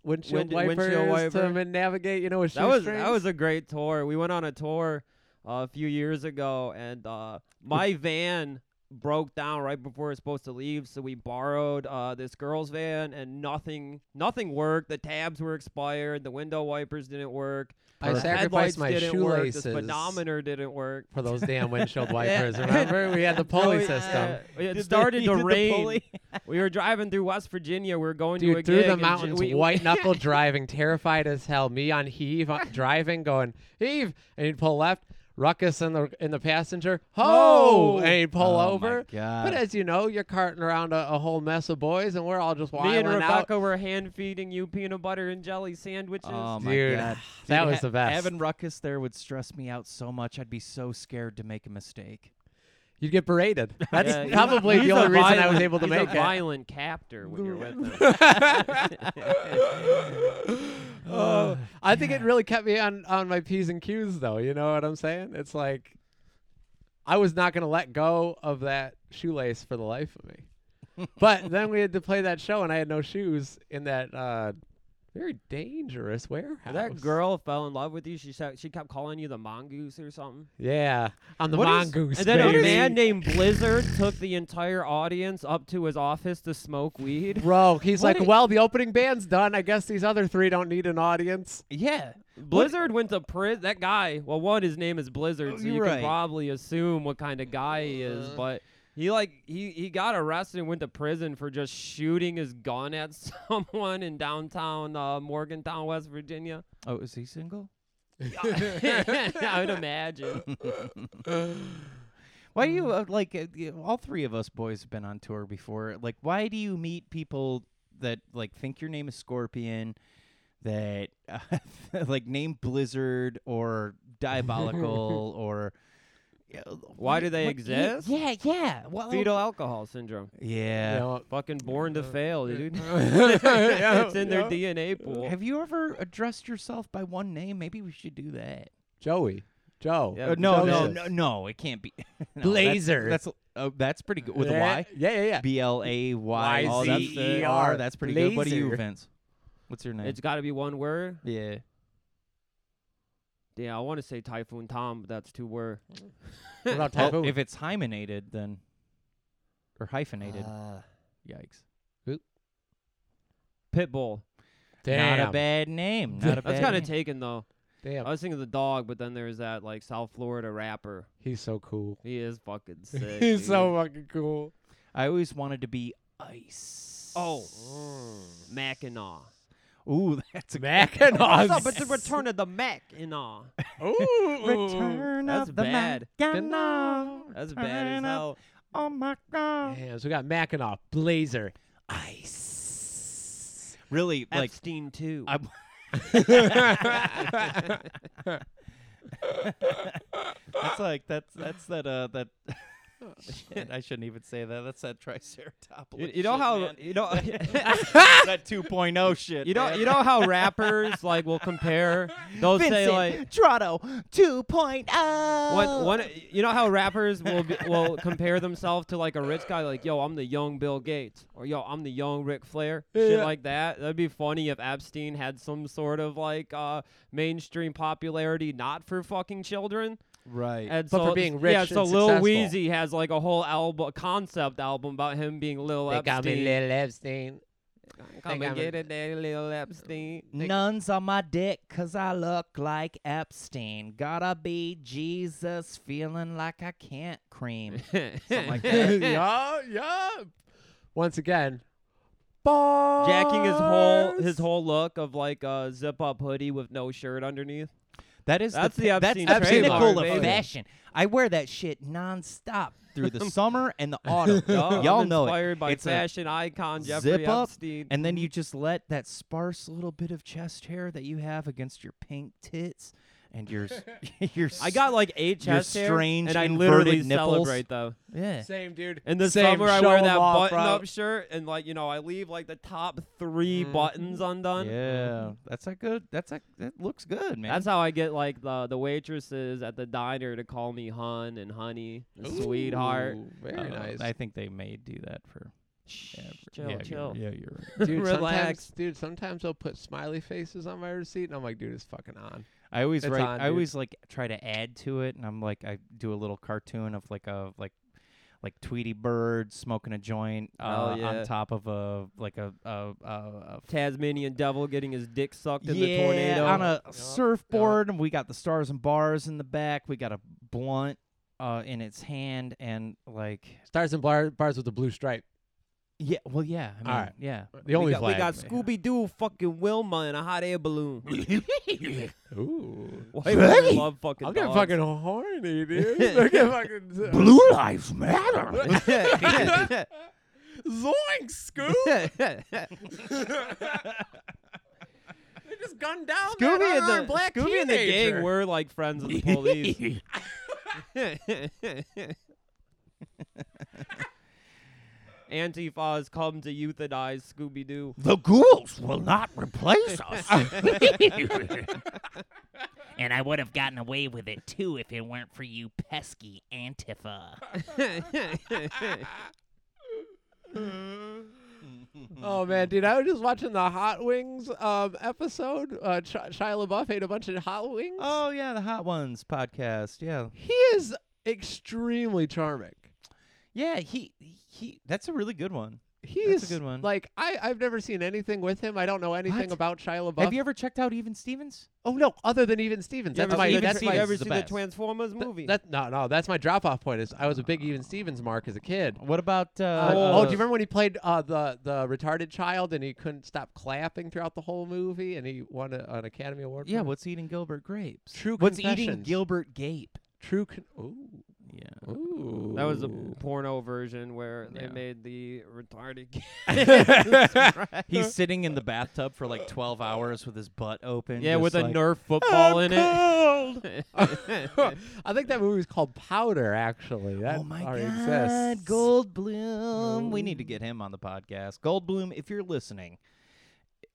S5: windshield,
S3: Wind-
S5: wipers
S3: windshield
S5: to
S3: wiper.
S5: ma- navigate. You know, with
S3: That was
S5: shoestrings.
S3: that was a great tour. We went on a tour uh, a few years ago, and uh, my van broke down right before it was supposed to leave. So we borrowed uh, this girl's van, and nothing nothing worked. The tabs were expired. The window wipers didn't work.
S5: I
S3: the
S5: sacrificed
S3: headlights
S5: my
S3: didn't
S5: shoelaces
S3: Work. The speedometer didn't work.
S5: for those damn windshield
S3: Yeah.
S5: wipers. Remember, we
S4: Oh,
S5: had the pulley
S3: So we-
S5: system.
S3: uh, it
S4: Did
S3: started
S4: they-
S3: to
S4: did the
S3: rain.
S4: pulley?
S3: we were driving through West Virginia. We were going to a
S5: Dude, through
S3: gig
S5: the
S3: and j-
S5: mountains,
S3: we-
S5: white knuckle driving, terrified as hell. Me on heave, uh, driving, going heave, and he'd pull left. Ruckus in the in the passenger, ho,
S3: Ho!
S5: and he'd pull
S4: Oh, my
S5: over.
S4: God.
S5: But as you know, you're carting around a, a whole mess of boys, and we're all just
S3: Me and
S5: wilding out.
S3: Rebecca were hand feeding you peanut butter and jelly sandwiches.
S4: Oh my
S5: Dude,
S4: god,
S5: that
S4: Dude,
S5: was the best.
S4: Having Ruckus there would stress me out so much. I'd be so scared to make a mistake.
S5: You'd get berated. That's
S3: Yeah, he's-
S5: probably
S3: he's
S5: the
S3: a
S5: only reason I
S3: violent-
S5: was able to
S3: he's
S5: make
S3: a
S5: it.
S3: violent captor when you're with him.
S5: Uh, I think it really kept me on on my p's and q's, though. You know what I'm saying? It's like I was not gonna let go of that shoelace for the life of me. but then we had to play that show, and I had no shoes in that uh, very dangerous warehouse.
S3: That girl fell in love with you. She said she kept calling you the mongoose or something.
S5: Yeah, I'm the
S3: What is-
S5: mongoose.
S3: and then
S5: baby.
S3: a man named Blizzard took the entire audience up to his office to smoke weed.
S5: Bro, he's
S4: What
S5: like,
S4: i-
S5: well, the opening band's done. I guess these other three don't need an audience.
S4: Yeah,
S3: Blizzard went to prison. That guy, well, one, his name is Blizzard, so
S4: You're
S3: you
S4: right.
S3: can probably assume what kind of guy he is. But he like he he got arrested and went to prison for just shooting his gun at someone in downtown uh, Morgantown, West Virginia.
S4: Oh, is he single?
S3: I would imagine.
S4: Why do you
S3: Mm.
S4: uh, like? Uh, y- all three of us boys have been on tour before. Like, why do you meet people that like think your name is Scorpion, that uh, like name Blizzard or Diabolical or
S3: Why do they
S4: what-
S3: exist?
S4: Yeah, yeah. Well, uh,
S3: Fetal alcohol syndrome.
S5: You
S4: Yeah.
S5: know,
S3: Fucking born to
S4: Uh,
S5: Yeah.
S3: fail, dude.
S5: Yeah,
S3: it's in their
S5: yeah.
S3: DNA pool.
S4: Have you ever addressed yourself by one name? Maybe we should do that.
S5: Joey. Joe.
S3: Yeah, Uh,
S4: no,
S5: Joe
S4: no,
S5: says.
S4: no, no. It can't be. No, that's-
S5: Blazer.
S4: That's oh, that's pretty good with a
S5: yeah,
S4: Y.
S5: Yeah, yeah, yeah.
S4: B L A Y
S5: Y
S4: Z
S5: Z
S4: E
S5: E
S4: R.
S5: R.
S4: That's pretty good. What do you,
S5: Blazer.
S4: Vince? What's your name?
S3: It's got to be one word.
S4: yeah.
S3: Yeah, I want to say Typhoon Tom, but that's two word.
S5: What about
S4: Well,
S5: Typhoon?
S4: if it's hymenated, then or hyphenated. Yikes.
S3: Pitbull.
S5: Damn.
S4: Not a bad name. Not a bad.
S3: That's kind of
S4: name.
S3: taken though.
S5: Damn.
S3: I was thinking of the dog, but then there's that like South Florida rapper.
S5: He's so cool.
S3: He is fucking sick.
S5: He's so
S3: dude.
S5: fucking cool.
S4: I always wanted to be ice.
S3: Oh, mm, Mackinac.
S4: Ooh, that's a
S5: Mackinac.
S3: What's up? It's the return of the Mackinac.
S5: Ooh.
S4: Return
S3: That's
S4: of the
S3: bad.
S4: Mackinac.
S3: That's bad as
S4: Return of-
S3: hell.
S4: Oh my god.
S5: Damn, so we got Mackinac, Blazer.
S4: Ice. Really, like
S3: Epstein too.
S4: I- that's like that's that's that uh that. shit, I shouldn't even say that. That's that triceratops.
S3: Oh, you, you know how you know
S4: that 2.0 shit.
S3: you know you know how rappers like will compare. They'll say like
S4: Trotto 2.0.
S3: One, one, you know how rappers will be, will compare themselves to like a rich guy, like yo, I'm the young Bill Gates, or yo, I'm the young Ric Flair, shit
S5: Yeah.
S3: like that. That'd be funny if Epstein had some sort of like uh, mainstream popularity, not for fucking children,
S4: Right.
S3: and
S5: But
S3: so
S5: for being rich
S3: Yeah,
S5: and
S3: so Lil
S5: successful.
S3: Weezy has like a whole album, concept album about him being Lil
S5: They
S3: Epstein.
S5: got me Lil Epstein.
S3: Come
S5: they
S3: and
S5: got me-
S3: get it, daddy, Lil Epstein. They-
S4: Nuns on my dick 'cause I look like Epstein. Gotta be Jesus, feeling like I can't cream. Something like that.
S5: yeah, yeah. Once again,
S3: Jacking his whole his
S5: bars.
S3: whole look of like a zip up hoodie with no shirt underneath.
S4: That is
S3: That's
S4: the,
S3: the
S4: pi-
S3: Epstein
S4: that's the
S5: trademark,
S4: pinnacle of
S5: baby.
S4: fashion. I wear that shit nonstop through the summer and the autumn.
S3: Y'all, I'm
S4: Y'all know
S3: inspired
S4: it.
S3: by
S4: it's a
S3: fashion icon Jeffrey
S4: zip up,
S3: Epstein.
S4: and then you just let that sparse little bit of chest hair that you have against your pink tits and your s- your.
S3: I got like eight
S4: your
S3: chest hair,
S4: strange
S3: and I
S4: inverted
S3: literally
S4: nipples.
S3: celebrate though.
S4: s- yeah.
S5: Same dude.
S3: In the
S5: Same,
S3: summer, I
S5: show
S3: wear
S5: 'em
S3: that
S5: off,
S3: button
S5: bro.
S3: up shirt, and like you know, I leave like the top three buttons undone.
S4: Mm-hmm. Yeah, that's a good. That's a that looks good, man. Um,
S3: That's how I get like the the waitresses at the diner to call me hun and honey, and sweetheart.
S5: Ooh, Very
S4: Uh,
S5: nice.
S4: I think they may do that for.
S3: Shh,
S4: Yeah,
S3: chill,
S4: yeah,
S3: chill.
S4: You're, yeah, you're right.
S5: dude,
S3: Relax.
S5: Sometimes, dude, sometimes they'll put smiley faces on my receipt, and I'm like, dude, it's fucking on.
S4: I always
S5: It's
S4: write.
S5: on,
S4: I
S5: dude.
S4: always like try to add to it, and I'm like, I do a little cartoon of like a like like Tweety Bird smoking a joint
S3: Oh,
S4: uh,
S3: yeah.
S4: on top of a like a a, a, a f-
S3: Tasmanian devil getting his dick sucked in
S4: yeah,
S3: the tornado.
S4: on a surfboard, and we got the stars and bars in the back. We got a blunt uh, in its hand, and like
S5: Stars and bar- bars with the blue stripe.
S4: yeah, well yeah, I mean,
S5: All right.
S4: yeah.
S5: The only
S3: we got, we
S5: flag.
S3: got Scooby Doo fucking Wilma in a hot air balloon.
S5: Ooh.
S3: Why do I love fucking
S5: I'm getting
S3: dogs?
S5: fucking horny, dude. I'm getting fucking
S4: lives matter.
S5: Zoink, Scoop. they just gunned down
S3: Scooby and the
S5: black
S3: Scooby and the gang were like friends of the police. Antifa has come to euthanize Scooby Doo.
S6: The ghouls will not replace us.
S7: And I would have gotten away with it too if it weren't for you pesky Antifa.
S5: Oh man, dude! I was just watching the Hot Wings um, episode. Uh, Sh- Shia LaBeouf ate a bunch of hot wings.
S4: oh yeah, the Hot Ones podcast. Yeah,
S5: He is extremely charming.
S4: yeah. He he. That's a really good one.
S5: He's
S4: good one.
S5: Like I, I've never seen anything with him. I don't know anything
S4: What?
S5: about Shia LaBeouf.
S4: Have you ever checked out Even Stevens?
S5: oh no, other than Even Stevens.
S3: you
S5: That's
S3: ever
S5: my.
S3: see, the
S5: That's
S3: tra-
S5: my.
S3: you
S4: that's
S3: ever
S4: the
S3: see
S4: best.
S3: the Transformers movie?
S5: That, no, no, that's my drop-off point. Is I was a big Even Stevens mark as a kid.
S4: What about uh,
S5: Uh, oh, do
S4: uh,
S5: you remember when he played uh, the the retarded child and he couldn't stop clapping throughout the whole movie and he won a, an Academy Award?
S4: Yeah,
S5: for it?
S4: what's eating Gilbert grapes?
S5: True
S4: What's eating
S5: Confessions.
S4: Gilbert Gape?
S5: true. Con- ooh.
S4: Yeah. Yeah.
S5: Ooh.
S3: That was a porno version where they
S4: Yeah.
S3: made the retarded kid.
S4: He's sitting in the bathtub for like 12 hours with his butt open.
S3: yeah,
S4: just
S3: with a
S4: like-
S3: Nerf football in it.
S5: I think that movie was called Powder. Actually, that
S4: oh my
S5: already
S4: God,
S5: exists.
S4: Goldblum. We need to get him on the podcast. Goldblum, if you're listening,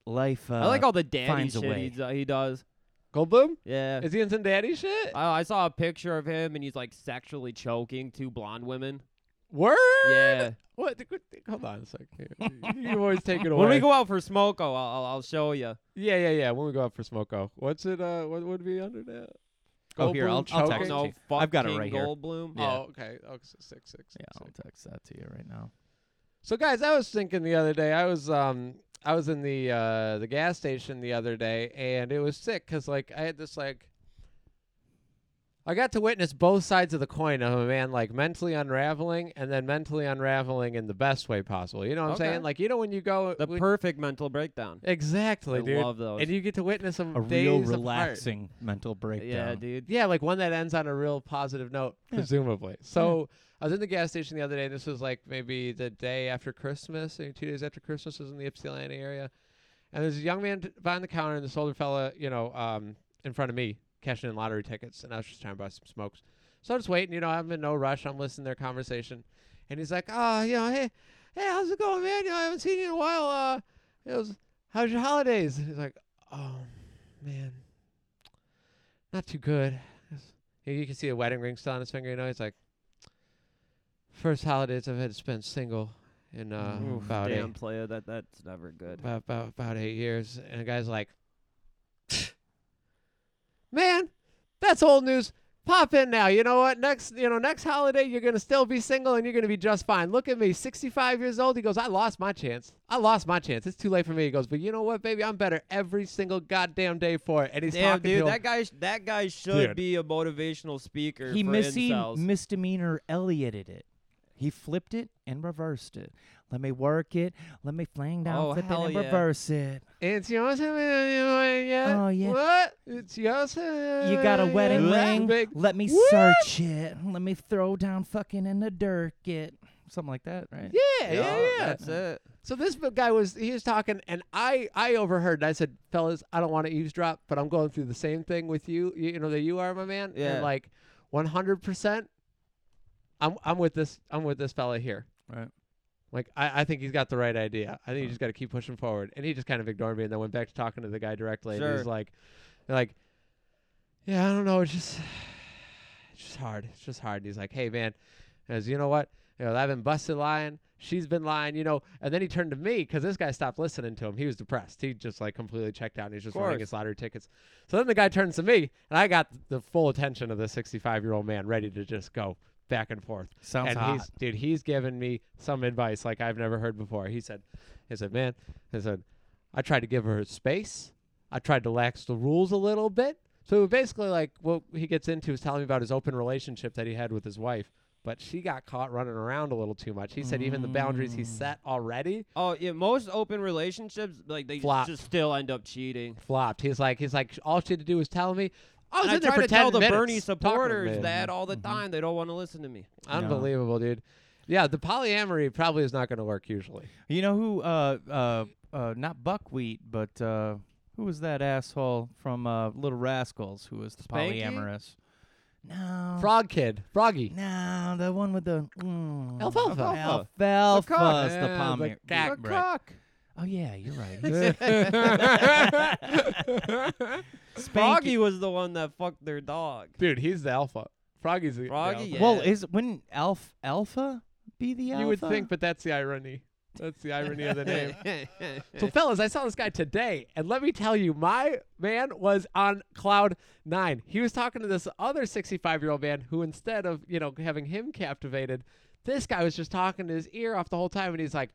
S4: life. Uh,
S3: I like all the daddy
S4: finds a
S3: shit
S4: way.
S3: he, do- he does.
S5: Goldblum? Uh,
S3: Yeah.
S5: Is he in some daddy shit?
S3: I, I saw a picture of him and he's like sexually choking two blonde women.
S5: Word.
S3: Yeah.
S5: What? th- what- th- Hold on a second. here. You you always take it away.
S3: When we go out for smoko, I'll, I'll, I'll show you.
S5: yeah, yeah, yeah. When we go out for smoko, what's it? Uh, what would be under that?
S4: Oh, here, I'll-
S5: Goldblum
S4: I'll
S5: choking?
S4: text it
S3: no,
S4: to you. I've got it
S3: fucking
S4: right here.
S3: Goldblum.
S4: Yeah.
S5: Oh, okay. Oh, s- six, six,
S4: Yeah,
S5: six,
S4: I'll
S5: six.
S4: text that to you right now.
S5: So, guys, I was thinking the other day. I was um, I was in the uh, the gas station the other day, and it was sick because like I had this like. I got to witness both sides of the coin of a man like mentally unraveling and then mentally unraveling in the best way possible. You know what I'm
S3: Okay.
S5: saying? Like you know when you go
S3: The
S5: when-
S3: perfect mental breakdown.
S5: exactly,
S3: I
S5: dude.
S3: love those.
S5: And you get to witness them
S4: A
S5: days
S4: real
S5: apart.
S4: relaxing mental breakdown.
S3: yeah, dude.
S5: Yeah, like one that ends on a real positive note, presumably. So I was in the gas station the other day. This was like maybe the day after Christmas, maybe two days after Christmas. I was in the Ypsilanti area, and there's a young man t- behind the counter and this older fella, you know, um, in front of me cashing in lottery tickets, and I was just trying to buy some smokes. So I'm just waiting. You know, I'm in no rush. I'm listening to their conversation, and he's like, "Oh, you know, hey, hey, how's it going, man? You know, I haven't seen you in a while. Uh, it was, how's your holidays?" He's like, "Oh, man." not too good. Yes. You- You can see a wedding ring still on his finger. You know, he's like, first holidays I've had to spend single in uh,
S3: Oof,
S5: about
S3: damn
S5: eight,
S3: player, that that's never good.
S5: about, about about eight years. And the guy's like, man, that's old news. Pop in now. You know what? Next, you know, next holiday you're gonna still be single and you're gonna be just fine. Look at me, 65 years old. He goes, I lost my chance. I lost my chance. It's too late for me. He goes, but you know what, baby? I'm better every single goddamn day for it. And he's
S3: Damn,
S5: talking to
S3: dude,
S5: him.
S3: that guy, sh- that guy should
S5: Dude.
S3: be a motivational speaker.
S4: He
S3: for
S4: missy
S3: incels.
S4: misdemeanor Ellioted it. He flipped it and reversed it. Let me work it. Let me fling down,
S3: Oh,
S4: flip it,
S3: hell
S4: and
S3: yeah.
S4: reverse it.
S5: It's yours. Oh,
S4: Oh, yeah.
S5: What? It's yours.
S4: You got a wedding ring.
S5: Big-
S4: Let me
S5: What?
S4: search it. Let me throw down fucking in the dirt it. Something like that, right?
S5: Yeah, yeah, yeah.
S3: That's it.
S5: So this b- guy was he was talking, and I I overheard. And I said, "Fellas, I don't want to eavesdrop, but I'm going through the same thing with you. You, you know that you are my man.
S3: Yeah.
S5: And like, 100. percent I'm I'm with this I'm with this fella here.
S4: Right.
S5: Like I, I think he's got the right idea. I think you just got to keep pushing forward. And he just kind of ignored me, and then went back to talking to the guy directly. And
S3: Sure.
S5: he's like, like, yeah, I don't know. It's just it's just hard. It's just hard. And he's like, hey man, and I was, you know what? You know, I've been busted lying. She's been lying, you know. And then he turned to me because this guy stopped listening to him. He was depressed. He just like completely checked out and he's just running
S3: course.
S5: his lottery tickets. So then the guy turns to me and I got the full attention of the 65 year old man ready to just go back and forth.
S4: Sounds
S5: and
S4: hot.
S5: he's, dude, he's given me some advice like I've never heard before. He said, he said, man, he said, I tried to give her space. I tried to lax the rules a little bit. So basically, like what he gets into is telling me about his open relationship that he had with his wife, but she got caught running around a little too much. He said even the boundaries he set already
S3: Oh yeah, most open relationships like they
S5: Flop.
S3: just still end up cheating.
S5: flopped. He's like, he's like, all she had to do was tell me. I was
S3: And I
S5: in there
S3: try
S5: for
S3: to
S5: 10
S3: tell the
S5: minutes
S3: Bernie
S5: talking to Mm-hmm.
S3: supporters
S5: me."
S3: that all the time. They don't want to listen to me.
S5: Unbelievable, dude. Yeah, the polyamory probably is not going to work usually.
S4: You know who? Uh, uh, uh, not buckwheat, but uh, who was that asshole from uh, Little Rascals who was the
S3: Spanky?
S4: polyamorous? No.
S5: Frog kid, froggy.
S4: no, the one with the mm,
S5: Alfalfa.
S4: Alfalfa.
S5: Alfalfa.
S4: Alfalfa's the
S5: Yeah, the
S4: palmy.
S5: cock.
S4: right. Oh yeah, you're right.
S3: Froggy was the one that fucked their dog.
S5: Dude, he's the alpha. Froggy's the the
S3: Froggy,
S5: alpha.
S3: yeah.
S4: Well, is wouldn't Alf Alpha be the alpha?
S5: You would think, but that's the irony. That's the irony of the name. so, fellas, I saw this guy today, and let me tell you, my man was on cloud nine. He was talking to this other 65 year old man who, instead of you know having him captivated, this guy was just talking to his ear off the whole time, and he's like,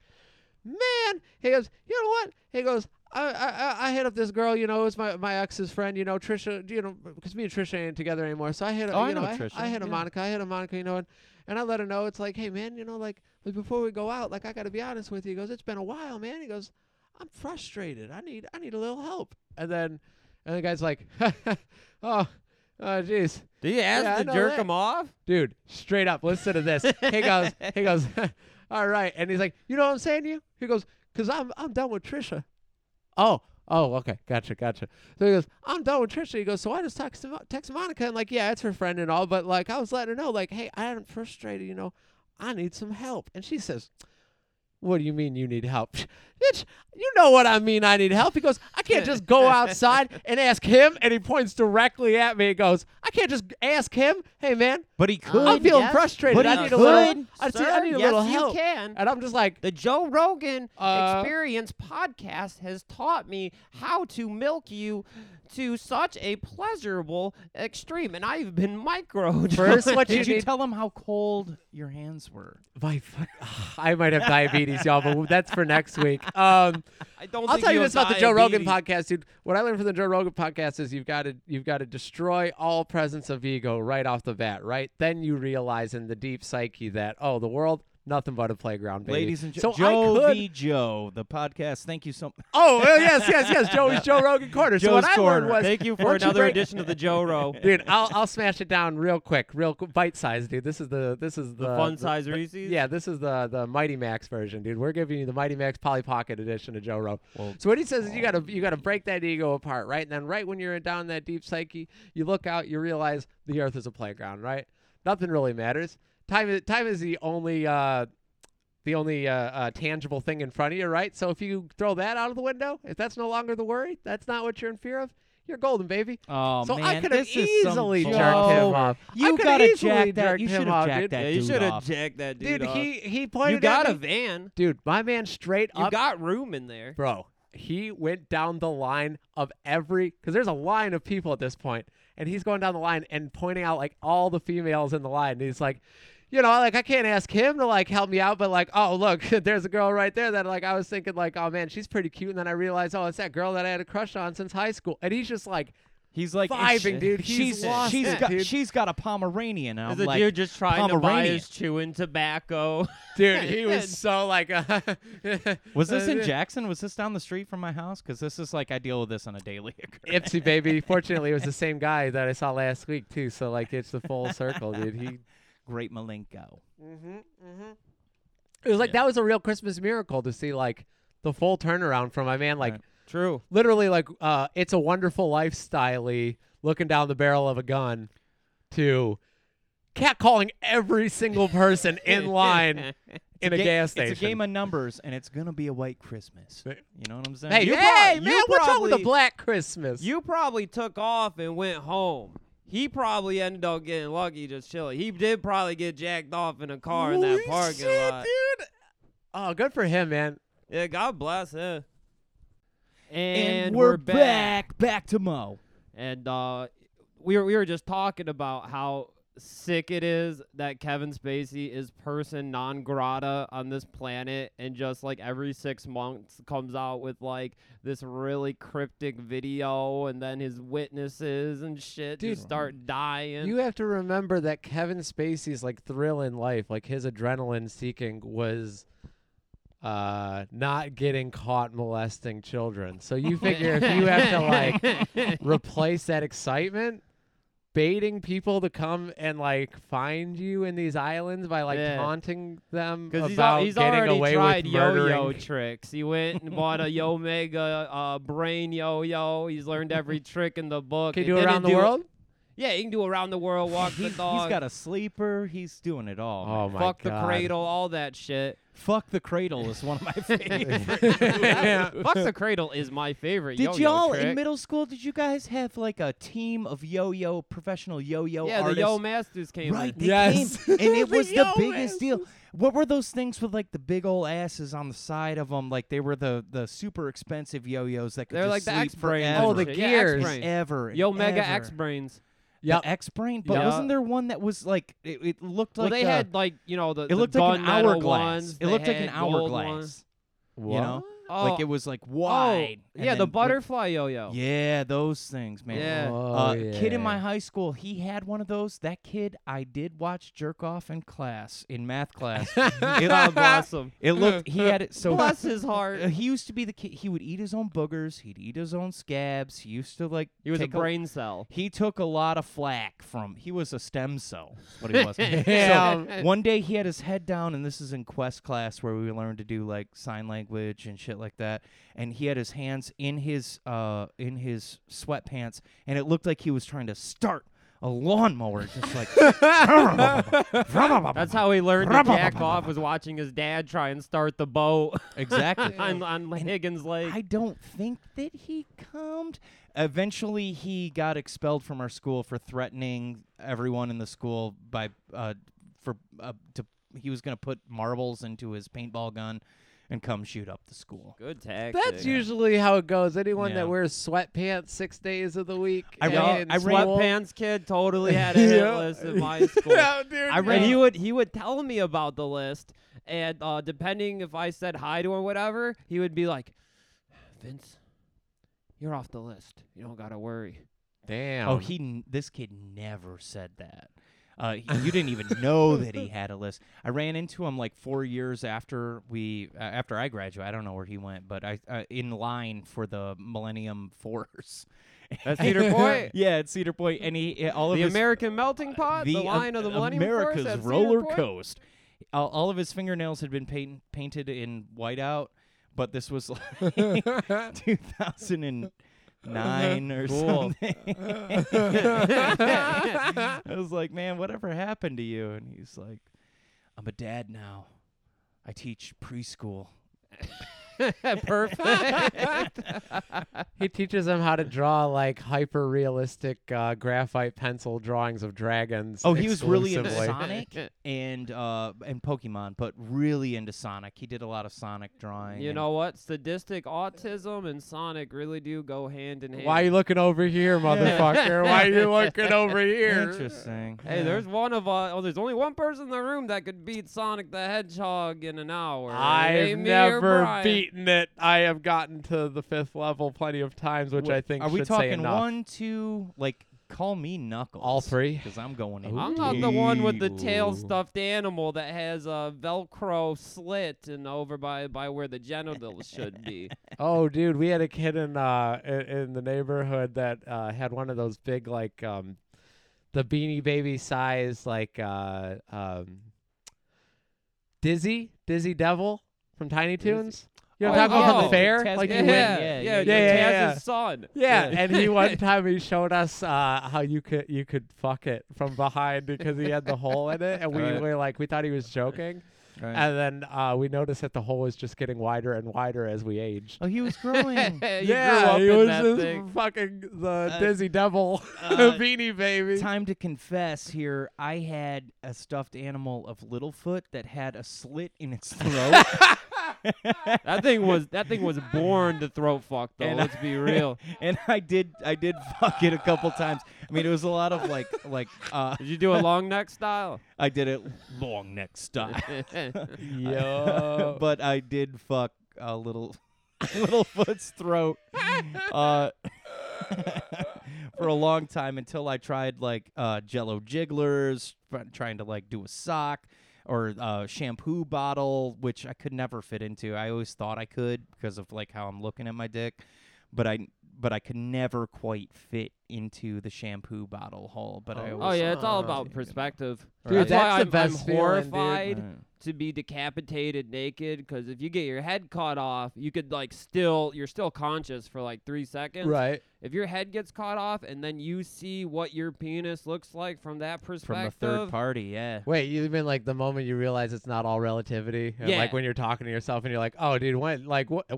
S5: "Man," he goes, "You know what?" He goes. I, I I- I hit up this girl, you know, it was my, my ex's friend, you know, Trisha, you know, because me and Trisha ain't together anymore. So I hit,
S4: Oh, I
S5: you
S4: know
S5: I,
S4: Trisha,
S5: I hit a
S4: yeah.
S5: Monica, I hit a Monica, you know, and and I let her know it's like, hey man, you know, like, like before we go out, like I gotta be honest with you. He goes, It's been a while, man. He goes, I'm frustrated. I need I need a little help. And then and the guy's like, Oh, Oh, jeez.
S3: Did you ask
S5: Yeah, I
S3: to
S5: know
S3: jerk
S5: that. Uh,
S3: him off?
S5: dude, straight up, listen to this. He goes, he goes, all right. And he's like, you know what I'm saying to you? He goes, because I'm, I'm done with Trisha. Oh, oh, okay. Gotcha, gotcha. So he goes, I'm done with Trisha. He goes, so I just text, Mo- text Monica and like, yeah, it's her friend and all. But like, I was letting her know, like, hey, I'm frustrated, you know, I need some help. And she says, what do you mean you need help? Bitch, you know what I mean I need help. He goes, I can't just go outside and ask him. And he points directly at me and goes, I can't just ask him. Hey, man,
S4: But he could.
S5: I'm feeling
S3: yes,
S5: frustrated.
S4: but
S5: I
S4: he
S5: need a
S4: could,
S5: little. I, see- I
S3: sir.
S5: need a
S3: Yes,
S5: little
S3: you
S5: help.
S3: can.
S5: And I'm just like,
S3: The Joe Rogan
S5: Uh,
S3: Experience podcast has taught me how to milk you to such a pleasurable extreme, and I've been micro.
S5: first, what
S4: Did you
S5: need?
S4: tell him how cold your hands were?
S5: my, fuck- I might have diabetes, y'all, but that's for next week. Um,
S3: I don't.
S5: I'll
S3: think
S5: tell you
S3: have
S5: this about the Joe Rogan
S3: diabetes.
S5: podcast, dude. What I learned from the Joe Rogan podcast is you've got to you've got to destroy all presence of ego right off the bat, right? Then you realize in the deep psyche that oh, the world nothing but a playground, baby.
S4: Ladies and
S5: so
S4: gentlemen, Joe
S5: I could,
S4: v. Joe, the podcast. Thank you so much.
S5: oh well, yes, yes, yes, Joe's Joe Rogan corner. so what
S4: Joe's
S5: I learned
S4: Corner.
S5: was
S3: Thank you for
S5: once
S3: another
S5: break-
S3: edition of the Joe Ro.
S5: dude. I'll I'll smash it down real quick, real qu- bite size, dude. This is the this is Uh, the,
S3: The fun size Reese's.
S5: Yeah, this is the the Mighty Max version, dude. We're giving you the Mighty Max Polly Pocket edition of Joe Rogan. so what he says is you gotta you gotta break that ego apart, right? And then right when you're down that deep psyche, you look out, you realize the Earth is a playground, right? Nothing really matters. Time is time is the only uh, the only uh, uh, tangible thing in front of you, right? So if you throw that out of the window, if that's no longer the worry, that's not what you're in fear of. You're golden, baby.
S4: Oh
S5: so I
S4: man,
S5: could have
S4: this is some
S5: easily
S4: bull-
S5: jerked him
S4: Joe,
S5: off. I
S4: You
S5: could've
S4: gotta
S5: easily
S4: jack that.
S5: jerked
S4: You
S5: him
S4: should
S5: off,
S4: have jacked
S5: dude.
S4: that
S3: Yeah, you
S4: dude
S3: should have
S4: off.
S3: jacked that dude.
S5: Dude,
S3: off.
S5: he
S4: uh,
S5: he pointed
S3: You got
S5: at
S3: a
S5: me.
S3: van.
S5: Dude, my man straight
S3: You
S5: up
S3: got room in there.
S5: bro he went down the line of every because there's a line of people at this point and he's going down the line and pointing out like all the females in the line and he's like you know like i can't ask him to like help me out but like oh look there's a girl right there that like i was thinking like oh man she's pretty cute and then i realized oh it's that girl that i had a crush on since high school and he's just like
S4: He's like
S5: Vibing, dude. He's
S4: she's
S5: lost
S4: she's
S5: it,
S4: got
S5: dude.
S4: she's got a Pomeranian. And
S3: Is
S4: I'm
S3: a
S4: like,
S3: dude just trying to buy
S4: Pomeranian.
S3: his chewing tobacco?
S5: dude he was so like uh,
S4: was this in
S5: uh,
S4: Jackson? Was this down the street from my house? Because this is like I deal with this on a daily. occurrence.
S5: Ipsy baby. Fortunately, it was the same guy that I saw last week too. So like, it's the full circle, dude. He
S4: Great Malenko.
S5: It was like that was a real Christmas miracle to see like the full turnaround from my man, like
S4: Right.
S3: True.
S5: literally like uh it's a wonderful lifestyle looking down the barrel of a gun to catcalling every single person in line in a,
S4: Ga-
S5: gas station.
S4: It's a game of numbers, and it's gonna be a white Christmas.
S5: Hey.
S4: You know what I'm saying?
S5: Hey,
S3: You
S5: hey,
S3: prob-
S5: man,
S3: you
S5: what's up with the
S3: probably-
S5: Black Christmas?
S3: You probably took off and went home. He probably ended up getting lucky just chilling. He did probably get jacked off in a car in that
S5: Holy
S3: parking
S5: shit,
S3: lot.
S5: dude. Oh, good for him, man.
S3: Yeah, God bless him.
S4: and,
S3: And,
S4: we're, back, back to Mo.
S3: And uh, we were we were just talking about how sick it is that Kevin Spacey is person non grata on this planet, and just like every six months comes out with like this really cryptic video, and then his witnesses and shit
S5: Dude,
S3: just start dying.
S5: You have to remember that Kevin Spacey's like thrill in life, like his adrenaline seeking was uh not getting caught molesting children. So you figure if you have to like replace that excitement baiting people to come and like find you in these islands by like
S3: Yeah.
S5: taunting them
S3: Because
S5: about
S3: he's, al- he's
S5: getting
S3: already
S5: away
S3: tried
S5: with
S3: yo-yo
S5: murdering.
S3: tricks. He went and bought a Yo Mega uh, brain yo-yo. He's learned every trick in the book.
S5: Can
S3: It
S5: you do
S3: didn't
S5: around the
S3: do-
S5: world?
S3: Yeah, he can do around the world, walk the
S4: He's, oh he's
S3: dog,
S4: got a sleeper. He's doing it all. man.
S5: Oh my
S3: fuck
S5: god.
S3: the cradle, all that shit.
S4: Fuck the cradle is one of my favorites.
S3: fuck the cradle is my favorite.
S4: did
S3: yo-yo
S4: y'all
S3: trick.
S4: in middle school? Did you guys have like a team of yo-yo professional yo-yo
S3: Yeah,
S4: artists?
S3: the Yo Masters came.
S4: right,
S3: in.
S4: they
S5: Yes.
S4: came, and it
S5: The
S4: was the
S5: yo
S4: biggest deal. What were those things with like the big old asses on the side of them? Like they were the the super expensive yo-yos that could
S3: They're
S4: just
S3: like the
S4: sleep
S3: X brains.
S4: forever.
S5: Oh, the
S3: and shit.
S5: gears.
S3: Yeah, X-Brain.
S4: ever. and
S3: Yo Mega
S4: ever.
S3: X brains.
S5: Yep.
S4: The X brain, but
S3: Yeah.
S4: wasn't there one that was like it, it looked
S3: Well,
S4: like
S3: they
S4: a-
S3: had like you know the
S4: it
S3: the
S4: looked like an
S3: gunmetal
S4: hourglass.
S3: ones.
S4: It
S3: they
S4: looked like an
S3: had gold
S4: hourglass.
S3: ones.
S4: You know,
S3: Oh,
S4: like it was like wide. and
S3: yeah, the
S4: then went-
S3: butterfly yo-yo.
S4: Yeah, those things, man.
S3: Oh, Yeah.
S5: Oh,
S4: Uh, Kid in my high school, he had one of those. That kid, I did watch jerk off in class, in math class. it,
S3: God bless him.
S4: it looked, he had it so.
S3: Bless his heart.
S4: Uh, he used to be the kid. He would eat his own boogers. He'd eat his own scabs. He used to like.
S3: He was a
S4: take
S3: brain cell.
S4: he took a lot of flack from. He was a stem cell. is What he was.
S5: Yeah.
S4: So one day he had his head down, and this is in Quest class where we learned to do like sign language and shit like that. And he had his hands in his uh in his sweatpants, and it looked like he was trying to start a lawnmower, just like.
S3: That's how he learned to jack off was watching his dad try and start the boat
S4: exactly.
S3: on, on Higgins Lake.
S4: I don't think that he calmed. Eventually, he got expelled from our school for threatening everyone in the school by uh, for uh, to he was going to put marbles into his paintball gun and come shoot up the school.
S3: Good tactic.
S5: That's usually how it goes. Anyone
S4: Yeah.
S5: that wears sweatpants six days of the week.
S4: I ran-
S5: in
S4: I ran-
S5: school-
S3: Sweatpants kid totally had a hit
S5: Yeah.
S3: list in my school.
S5: Yeah, dude.
S3: I
S5: yeah.
S3: read he would he would tell me about the list, and uh, depending if I said hi to him or whatever, he would be like, "Vince, you're off the list. You don't gotta worry."
S5: Damn.
S4: Oh, he n- this kid never said that. Uh, he- you didn't even know that he had a list. I ran into him like four years after we uh, after I graduated. I don't know where he went, but I uh, in line for the Millennium Force.
S3: That's Cedar Point,
S4: yeah, at Cedar Point, and he uh, all of
S3: the
S4: his,
S3: American melting pot, the, line
S4: Am-
S3: of the Millennium
S4: America's
S3: Force at Cedar
S4: roller
S3: Point?
S4: coast. All, all of his fingernails had been paint, painted in whiteout, but this was like 2009 or
S3: Cool.
S4: something. I was like, man, whatever happened to you? And he's like, I'm a dad now. I teach preschool.
S3: Perfect.
S5: He teaches them how to draw like hyper realistic uh, graphite pencil drawings of dragons.
S4: Oh, he was really into
S5: exclusively.
S4: Sonic and uh, and Pokemon, but really into Sonic. He did a lot of Sonic drawing.
S3: you
S4: and-
S3: know what? Sadistic autism and Sonic really do go hand in hand.
S5: Why are you looking over here, motherfucker? Why are you looking over here?
S4: Interesting.
S3: Hey, there's one of us. Oh, there's only one person in the room that could beat Sonic the Hedgehog in an hour. and it
S5: I've
S3: ain't me or
S5: never
S3: Brian.
S5: beaten it. I have gotten to the fifth level plenty of times, which I think
S4: Are we
S5: should say
S4: talking
S5: enough.
S4: one, two? Like, call me Knuckles.
S5: All three?
S4: Because I'm going.
S5: Ooh.
S3: I'm not the one with the tail
S4: Ooh.
S3: stuffed animal that has a Velcro slit and over by by where the genitals should be.
S5: Oh, dude, we had a kid in uh in, in the neighborhood that uh, had one of those big like um, the Beanie Baby size like uh um, Dizzy Dizzy Devil from Tiny Toons. You know what I'm
S3: Oh,
S5: talking about
S3: oh,
S5: from the fair?
S4: Tasman-
S5: Like you
S3: yeah,
S5: win.
S3: yeah,
S4: yeah,
S3: yeah,
S5: yeah, yeah,
S3: Taz's son.
S5: Yeah, and he one time he showed us uh, how you could you could fuck it from behind because he had the hole in it, and we
S4: Right.
S5: were like we thought he was joking, and then uh, we noticed that the hole was just getting wider and wider as we aged.
S4: oh, he was growing.
S3: You
S5: yeah,
S3: grew up
S5: he
S3: in
S5: was
S3: that
S5: just
S3: thing.
S5: fucking the
S4: Uh,
S5: dizzy devil
S4: uh,
S5: beanie baby.
S4: Time to confess here. I had a stuffed animal of Littlefoot that had a slit in its throat.
S3: That thing was that thing was born to throat fuck though.
S4: And I-
S3: let's be real.
S4: and I did, I did fuck it a couple times. I mean, it was a lot of like, like, uh,
S3: Did you do a long neck style?
S4: I did it long neck style.
S3: Uh,
S5: Yo.
S4: but I did fuck a little Littlefoot's throat uh, for a long time until I tried like uh, Jello jigglers, fr- trying to like do a sock or uh, shampoo bottle, which I could never fit into. I always thought I could because of like how I'm looking at my dick, but I but I could never quite fit into the shampoo bottle hole. But I
S3: oh
S4: always
S3: yeah, it's all
S4: thought I
S3: about
S4: could.
S3: perspective.
S5: Dude,
S3: that's,
S5: that's
S3: why
S5: the
S3: I'm,
S5: best
S3: I'm
S5: feeling, dude.
S3: horrified
S4: Right.
S3: to be decapitated naked because if you get your head cut off, you could like still you're still conscious for like three seconds.
S5: right.
S3: If your head gets cut off and then you see what your penis looks like from that
S4: From the
S3: perspective,
S4: third party, yeah.
S5: Wait, you mean like the moment you realize it's not all relativity? And Like
S3: Yeah.
S5: when you're talking to yourself and you're like, oh, dude, when, like, what?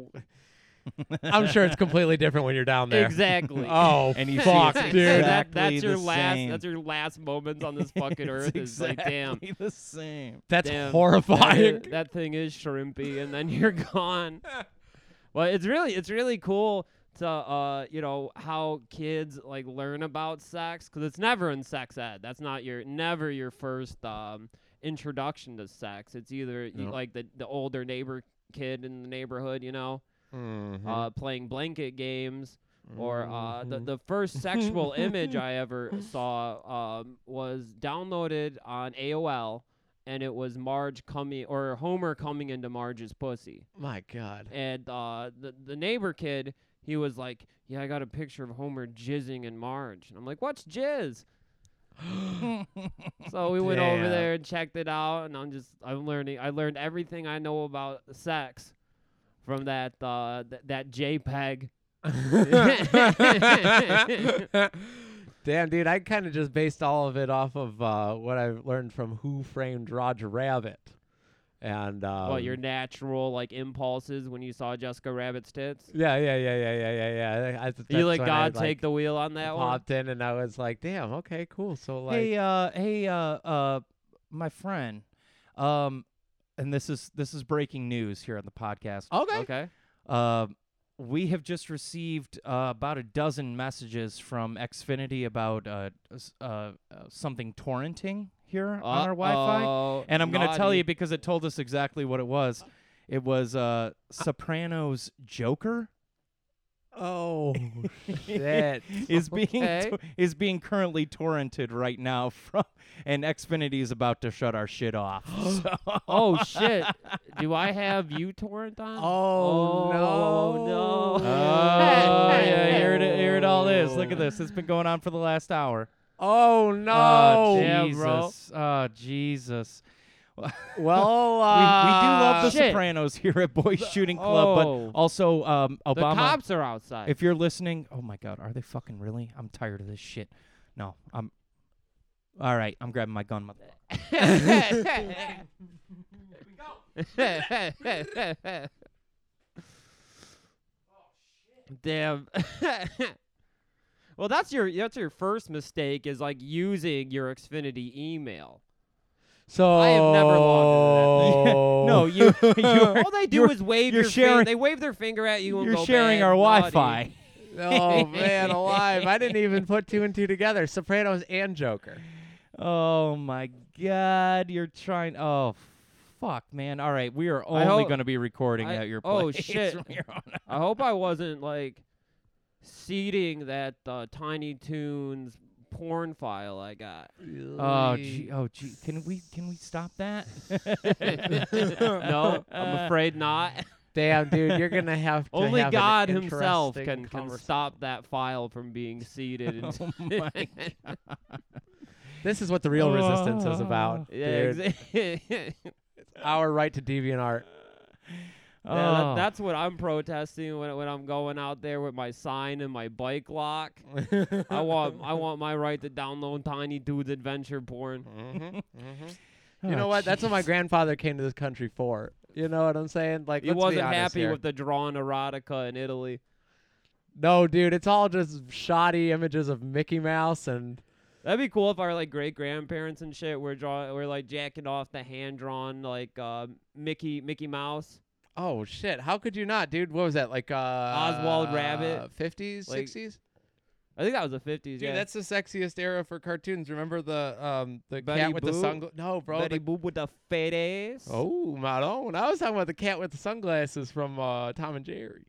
S5: I'm sure it's completely different when you're down there.
S3: exactly.
S5: Oh,
S4: And you see
S5: fuck,
S4: it's
S5: dude.
S3: That-
S4: exactly
S3: that's your
S4: the
S3: last.
S4: same.
S3: That's your last moments on this fucking earth.
S4: It's
S3: Is like, damn,
S4: exactly the same.
S5: That's
S3: Damn. that,
S5: horrifying.
S3: i- that thing is shrimpy, and then you're gone. well, it's really it's really cool to uh you know how kids like learn about sex because it's never in sex ed. That's not your never your first um introduction to sex. It's either you,
S5: No.
S3: like the the older neighbor kid in the neighborhood, you know,
S5: Mm-hmm.
S3: uh, playing blanket games. Or uh, the the first sexual image I ever saw um, was downloaded on AOL, and it was Marge coming or Homer coming into Marge's pussy
S5: My God.
S3: and uh, the the neighbor kid, he was like, "Yeah, I got a picture of Homer jizzing in Marge," and I'm like, "What's jizz?" so we went over
S5: Damn.
S3: there and checked it out, and I'm just I'm learning. I learned everything I know about sex from that uh, th- that JPEG.
S5: Damn, dude, I kind of just based all of it off of uh, what I've learned from Who Framed Roger Rabbit, and um,
S3: well, your natural like impulses when you saw Jessica Rabbit's tits.
S5: yeah, yeah, yeah, yeah, yeah, yeah, yeah. I, I, that's
S3: you let
S5: when I,
S3: God
S5: like,
S3: take the wheel on that one.
S5: popped in, and I was like, "Damn, okay, cool." So like,
S4: hey, uh, hey, uh, uh, my friend, um, and this is this is breaking news here on the podcast.
S5: okay,
S3: Okay.
S4: Uh, we have just received uh, about a dozen messages from Xfinity about uh, s- uh, uh, something torrenting here on our Wi-Fi,
S3: Uh-oh,
S4: and I'm going to tell
S3: naughty.
S4: you because it told us exactly what it was. It was uh, Sopranos Joker
S5: oh shit,
S4: is being
S3: Okay.
S4: to- is being currently torrented right now from, and Xfinity is about to shut our shit off. So-
S3: Oh shit! Do I have you torrent on?
S5: Oh,
S3: Oh,
S5: no.
S3: no.
S4: Oh, yeah, here it, here it all is. Look at this. It's been going on for the last hour.
S5: oh
S4: Oh,
S5: no,
S3: damn,
S4: Jesus.
S3: bro. Ah,
S4: Oh, Jesus.
S5: well,
S4: We, we do love
S5: uh,
S4: the
S3: Ah, shit.
S4: Sopranos here at Boys Shooting Club,
S3: oh.
S4: but also um,
S3: The
S4: Obama.
S3: cops are outside.
S4: If you're listening, oh my God, are they fucking really? I'm tired of this shit. No, I'm. All right, I'm grabbing my gun. mother-
S3: Damn. well, that's your that's your first mistake is like using your Xfinity email.
S5: So
S3: I have never logged
S4: no, you. You're,
S3: Oh. All they do
S4: you're-
S3: is wave
S4: you're
S3: your
S4: sharing-
S3: fin- they wave their finger at you and
S4: you're
S3: go
S4: sharing
S3: bad,
S4: our
S3: naughty.
S4: Wi-Fi.
S5: oh man, alive! I didn't even put two and two together. Sopranos and Joker.
S4: Oh my God, you're trying. Oh, fuck, man. All right, we are only
S3: hope-
S4: going to be recording
S3: I-
S4: at your place.
S3: oh, shit.
S4: from here on out.
S3: I hope I wasn't like seeding that uh, Tiny Toons porn file I got.
S4: Oh, gee, oh, gee. Can we can we stop that?
S3: no, I'm afraid not.
S5: Damn, dude, you're gonna have to
S3: Only
S5: have an
S3: God Himself
S5: interesting
S3: can, can
S5: convers-
S3: stop that file from being seeded. and-
S4: oh my.
S5: This is what the real resistance is about.
S3: yeah,
S5: dude.
S3: exa- yeah
S5: Our right to deviant art.
S4: Oh.
S3: that, that's what I'm protesting when when I'm going out there with my sign and my bike lock. I want I want my right to download Tiny Toons adventure porn.
S5: Mm-hmm,
S3: Oh,
S5: You know what? That's what my grandfather came to this country for. You know what I'm saying? Like
S3: He
S5: let's be
S3: wasn't
S5: honest
S3: happy
S5: here.
S3: with the drawn erotica in Italy.
S5: No, dude, it's all just shoddy images of Mickey Mouse and
S3: That'd be cool if our like great grandparents and shit were drawing, were like jacking off the hand drawn like uh, Mickey Mickey Mouse.
S5: oh shit, how could you not, dude? What was that like? Uh, Oswald
S3: Rabbit.
S5: fifties,
S3: Like-
S5: sixties.
S3: I think that was the fifties.
S5: Dude,
S3: yeah.
S5: that's the sexiest era for cartoons. Remember the um the
S3: Betty
S5: cat with the
S3: Boop?
S5: sunglasses? No, bro.
S3: Betty
S5: the-
S3: Boop with the fat ass.
S5: oh, my own. I was talking about the cat with the sunglasses from uh, Tom and Jerry.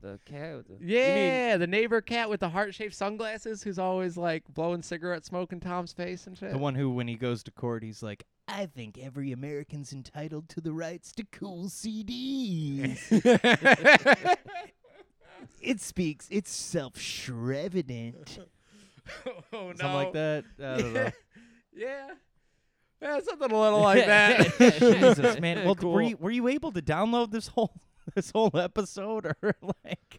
S3: the cat. With the, you mean-
S5: Yeah, the neighbor cat with the heart shaped sunglasses who's always like blowing cigarette smoke in Tom's face and shit.
S4: The one who, when he goes to court, he's like,
S6: I think every American's entitled to the rights to cool CDs. it speaks itself shrevident.
S5: oh, no.
S4: something like that. I don't know.
S5: yeah. Yeah, something a little like that.
S4: Jesus, man. Well,
S3: Cool.
S4: were, you, were you able to download this whole this whole episode, or like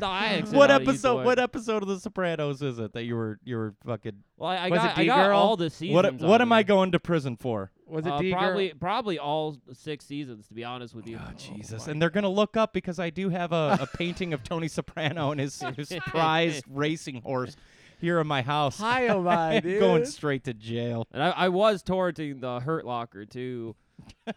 S3: No, I exited
S4: what
S3: out of
S4: episode?
S3: Euphoria.
S4: What episode of The Sopranos is it that you were you were fucking?
S3: Well, I, I
S4: was it
S3: got I got
S4: D-Girl?
S3: all the seasons.
S4: What
S3: on
S4: what am I
S3: here.
S4: going to prison for?
S5: Was
S3: Uh,
S5: it D
S3: probably probably all six seasons to be honest with you.
S4: Oh, Jesus. And they're going to look up because I do have a, a painting of Tony Soprano and his, his prized racing horse here in my house.
S5: Hi, oh my dude.
S4: Going straight to jail.
S3: And I, I was torrenting the Hurt Locker too.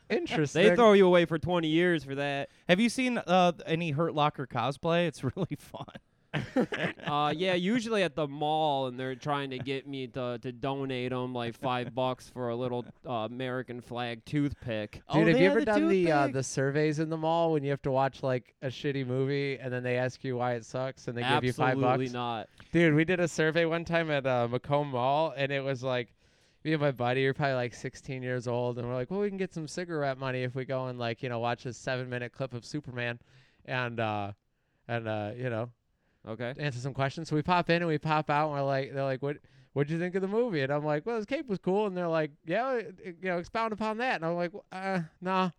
S5: Interesting.
S3: They throw you away for 20 years for that.
S4: Have you seen uh, any Hurt Locker cosplay? It's really fun.
S3: uh, yeah, usually at the mall, and they're trying to get me to, to donate them like five bucks for a little uh, American flag toothpick.
S4: Oh,
S5: Dude, have
S4: they
S5: you
S4: had
S5: ever
S4: the
S5: done the uh,
S4: toothpick.
S5: the surveys in the mall when you have to watch like a shitty movie and then they ask you why it sucks and they give you five
S3: Absolutely
S5: bucks?
S3: not.
S5: Dude, we did a survey one time at uh, Macomb Mall, and it was like, me and my buddy are probably like 16 years old, and we're like, well, we can get some cigarette money if we go and like, you know, watch a seven-minute clip of Superman, and uh, and uh, you know,
S3: Okay.
S5: answer some questions. So we pop in and we pop out, and we're like, they're like, what? What'd you think of the movie? And I'm like, well, his cape was cool. And they're like, yeah, it- it- you know, expound upon that. And I'm like, "Wh- uh, nah,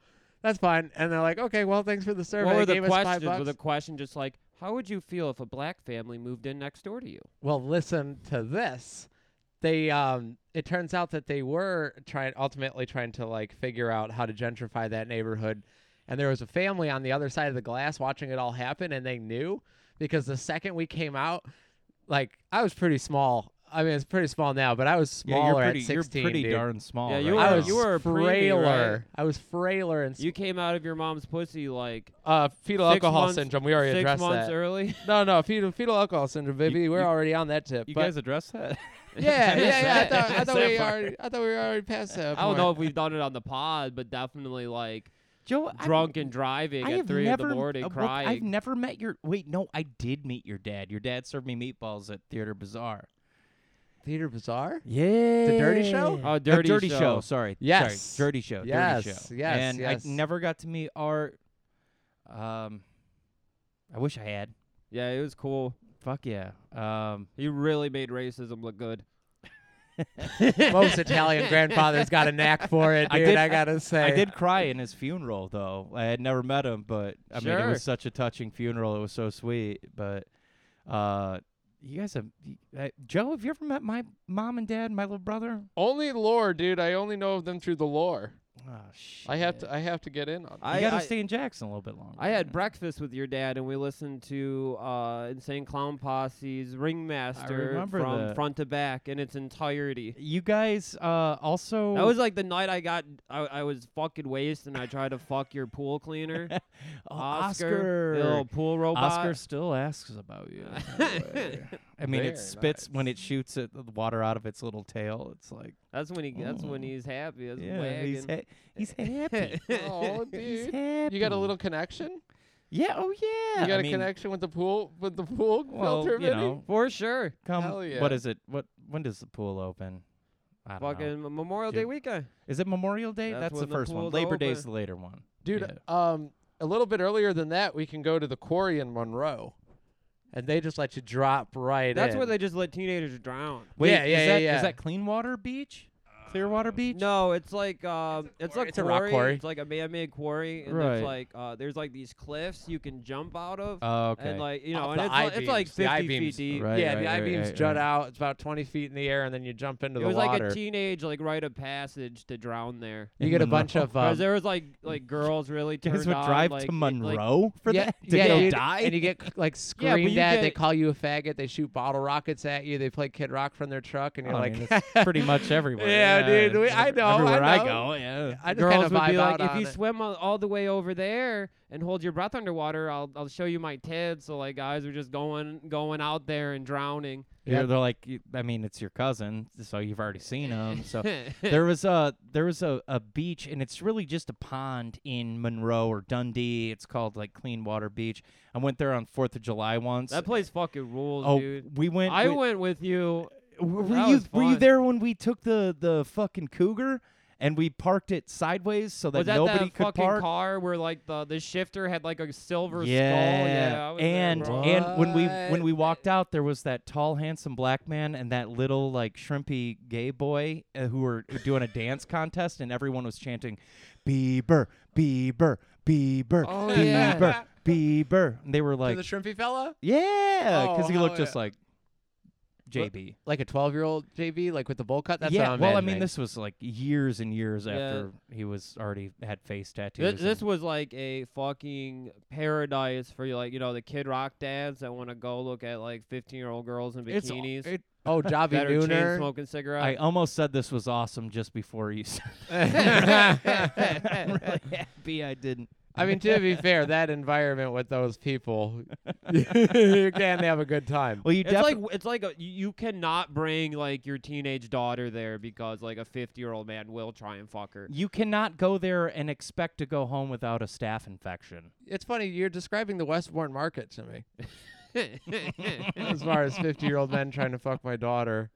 S5: that's fine. And they're like, okay, well, thanks for the survey.
S3: What were the
S5: Gave us five
S3: questions?
S5: bucks.
S3: Was the question just like, how would you feel if a black family moved in next door to you?
S5: Well, listen to this. They um it turns out that they were trying ultimately trying to like figure out how to gentrify that neighborhood. And there was a family on the other side of the glass watching it all happen and they knew because the second we came out, like I was pretty small. I mean, it's pretty small now, but I was
S4: yeah, you're
S5: smaller
S4: pretty,
S5: at 16.
S4: you're pretty
S5: dude.
S4: darn small.
S3: Yeah,
S4: right
S3: you
S5: I
S4: now.
S3: were-
S5: was
S3: you were a preemie, right?
S5: frailer. I was frailer and s-
S3: You came out of your mom's pussy like
S5: uh, fetal
S3: six
S5: alcohol
S3: months-
S5: syndrome. We already
S3: six
S5: addressed
S3: months
S5: that.
S3: early.
S5: No, no, fetal, fetal alcohol syndrome, baby. We're
S4: you-
S5: already on that tip.
S4: You
S5: but-
S4: guys address that?
S5: Yeah, yeah, yeah. I thought, I
S4: Yes,
S5: thought
S4: that
S5: we
S4: part.
S5: already, I thought we were already past that.
S3: I don't know
S5: point.
S3: if we've done it on the pod, but definitely like
S4: Joe,
S3: drunk and driving
S4: I
S3: at
S4: have
S3: three
S4: never,
S3: in the morning
S4: uh, look,
S3: crying.
S4: I've never met your. Wait, no, I did meet your dad. Your dad served me meatballs at Theater Bazaar.
S5: Theater Bazaar.
S4: Yeah,
S5: The Dirty Show?
S3: Oh,
S4: A
S3: dirty,
S4: dirty
S3: show.
S4: Sorry,
S5: Yes.
S4: sorry, dirty show.
S5: Yes,
S4: dirty show.
S5: yes,
S4: and
S5: yes.
S4: I never got to meet Art. Um, I wish I had.
S3: Yeah, it was cool.
S4: Fuck yeah. Um,
S3: He really made racism look good.
S5: Most Italian grandfathers got a knack for it, dude.
S4: I
S5: I,
S4: did-
S5: gotta say,
S4: I did cry in his funeral though. I had never met him, but I mean, it
S3: Sure.
S4: was such a touching funeral. It was so sweet. But uh, you guys have you- uh, Joe. Have you ever met my mom and dad, and my little brother?
S3: Oh,
S5: Only lore, dude. I only know of them through the lore.
S4: Oh shit.
S5: I have to get in on.
S4: You
S3: I,
S4: gotta
S3: I,
S4: stay in Jackson a little bit longer.
S3: I had breakfast with your dad, and we listened to uh, Insane Clown Posse's Ringmaster
S4: remember
S3: from
S4: that.
S3: front to back in its entirety.
S4: You guys uh, also.
S3: That was like the night I got, I, I was fucking waste, and I tried to fuck your pool cleaner,
S4: Oh,
S3: Oscar, the little pool robot.
S4: Oscar still asks about you. by the way. I mean,
S5: Very
S4: it spits when it shoots it, the water out of its little tail. It's like,
S3: That's when he. That's when
S4: Mm.
S3: he's happy. That's
S4: yeah,
S3: wagging.
S4: he's ha- he's happy.
S5: Oh,
S4: he's
S5: dude.
S4: happy.
S5: connection.
S4: yeah. Oh yeah. I mean,
S5: connection with the pool, with the pool
S4: Well, you know,
S3: for sure.
S4: come.
S5: Hell yeah.
S4: What is it? What when does the pool open? I don't know.
S3: Fucking Memorial Day
S4: Dude.
S3: weekend.
S4: Is it Memorial Day?
S3: That's
S4: That's, the
S3: when the
S4: first one.
S3: pool's
S4: Labor Day's
S3: open.
S4: the later one.
S5: dude? Um, a little bit earlier than that, we can go to the quarry in Monroe, and they just let you drop right
S3: That's
S5: in.
S3: where they just let teenagers drown.
S4: Wait,
S5: yeah,
S4: is
S5: yeah,
S4: that,
S5: yeah,
S4: is
S5: yeah. Uh,
S4: that Cleanwater Beach? Clearwater Beach?
S3: No, it's like um, it's, a
S5: quarry. It's a rock quarry.
S3: It's like a man-made quarry, and
S4: Right.
S3: there's like uh, there's like these cliffs you can jump out of,
S4: Oh, okay.
S3: and like you know,
S5: Off
S3: and
S5: the
S3: it's, like, it's
S5: I-beams, the
S3: like 50 feet
S5: I-beams.
S3: deep.
S4: Right,
S5: yeah,
S4: right,
S5: the
S4: right,
S5: I beams
S4: right,
S5: jut
S4: right.
S5: out. It's about 20 feet in the air, and then you jump into
S3: It
S5: the
S3: was
S5: water.
S3: like a teenage like rite of passage to drown there.
S5: You
S4: in
S5: get a
S4: Monroe.
S5: bunch of
S3: Because
S5: um,
S3: there was like like girls really
S4: You
S3: turned
S4: guys would
S3: on,
S4: drive
S3: like,
S4: to
S3: it- Like,
S4: Monroe for
S5: yeah,
S4: that to
S5: yeah,
S4: go
S5: dude,
S4: die.
S5: and you get c- like
S3: Yeah, but
S5: screamed
S3: you
S5: at. They
S3: get-
S5: call you a faggot. They shoot bottle rockets at you. They play Kid Rock from their truck, and you're
S4: I
S5: like,
S4: mean, it's pretty much everywhere.
S5: Yeah, dude, we- I
S4: ev-
S5: know, I
S4: Everywhere I,
S5: know.
S4: go, yeah.
S5: I just kind
S3: girls
S5: of
S3: would
S5: vibe
S3: be like,
S5: out
S3: if
S5: on
S3: you
S5: it.
S3: swim all, all the way over there and hold your breath underwater, I'll I'll show you my tits. So like guys are just going going out there and drowning.
S4: Yeah,
S5: Yep.
S4: they're like, you- I mean, it's your cousin, so you've already seen him. So there was a there was a, a beach, and it's really just a pond in Monroe or Dundee. It's called like Clean Water Beach. I went there on Fourth of July once.
S3: that place fucking rules,
S4: oh,
S3: dude.
S4: we went.
S3: I
S4: we-
S3: went with you.
S4: Were
S3: That
S4: you
S3: was
S4: were you
S3: fun.
S4: there when we took the the fucking cougar and we parked it sideways so that,
S3: was that
S4: nobody
S3: that
S4: could
S3: fucking
S4: park?
S3: car where like the, the shifter had like a silver
S4: yeah.
S3: skull? Yeah, I was there,
S4: and
S3: bro.
S4: and when we when
S5: What?
S4: we walked out, there was that tall, handsome black man and that little like shrimpy gay boy uh, who were doing a dance contest, and everyone was chanting, "Bieber, Bieber, Bieber,
S3: Oh,
S4: Bieber,
S3: yeah.
S4: Bieber." And they were like,
S5: the shrimpy fella,
S4: "Yeah,"
S5: Oh,
S4: because he
S5: hell
S4: looked just
S5: yeah.
S4: like JB.
S5: like a 12 year old JB, like with the bowl cut. That's
S4: yeah,
S5: how I'm
S4: well, I
S5: imagining.
S4: mean, this was like years and years
S3: Yeah.
S4: after he was already had face tattoos.
S3: This, this
S4: and-
S3: was like a fucking paradise for you, like you know the Kid Rock dads that want to go look at like fifteen-year-old girls in
S4: It's-
S3: bikinis
S4: it-
S5: Oh, Javi
S3: that are chain
S5: Nooner.
S3: smoking cigarettes.
S4: I almost said this was awesome just before you said. I'm really happy I didn't.
S5: I mean, to be fair, that environment with those people, you can have a good time.
S4: Well, you
S3: It's like
S4: definitely.
S3: it's like a, you you cannot bring like your teenage daughter there because like a fifty year old man will try and fuck her.
S4: you cannot go there and expect to go home without a staph infection.
S5: It's funny you're describing the Westbourne market to me, as far as fifty-year-old men trying to fuck my daughter.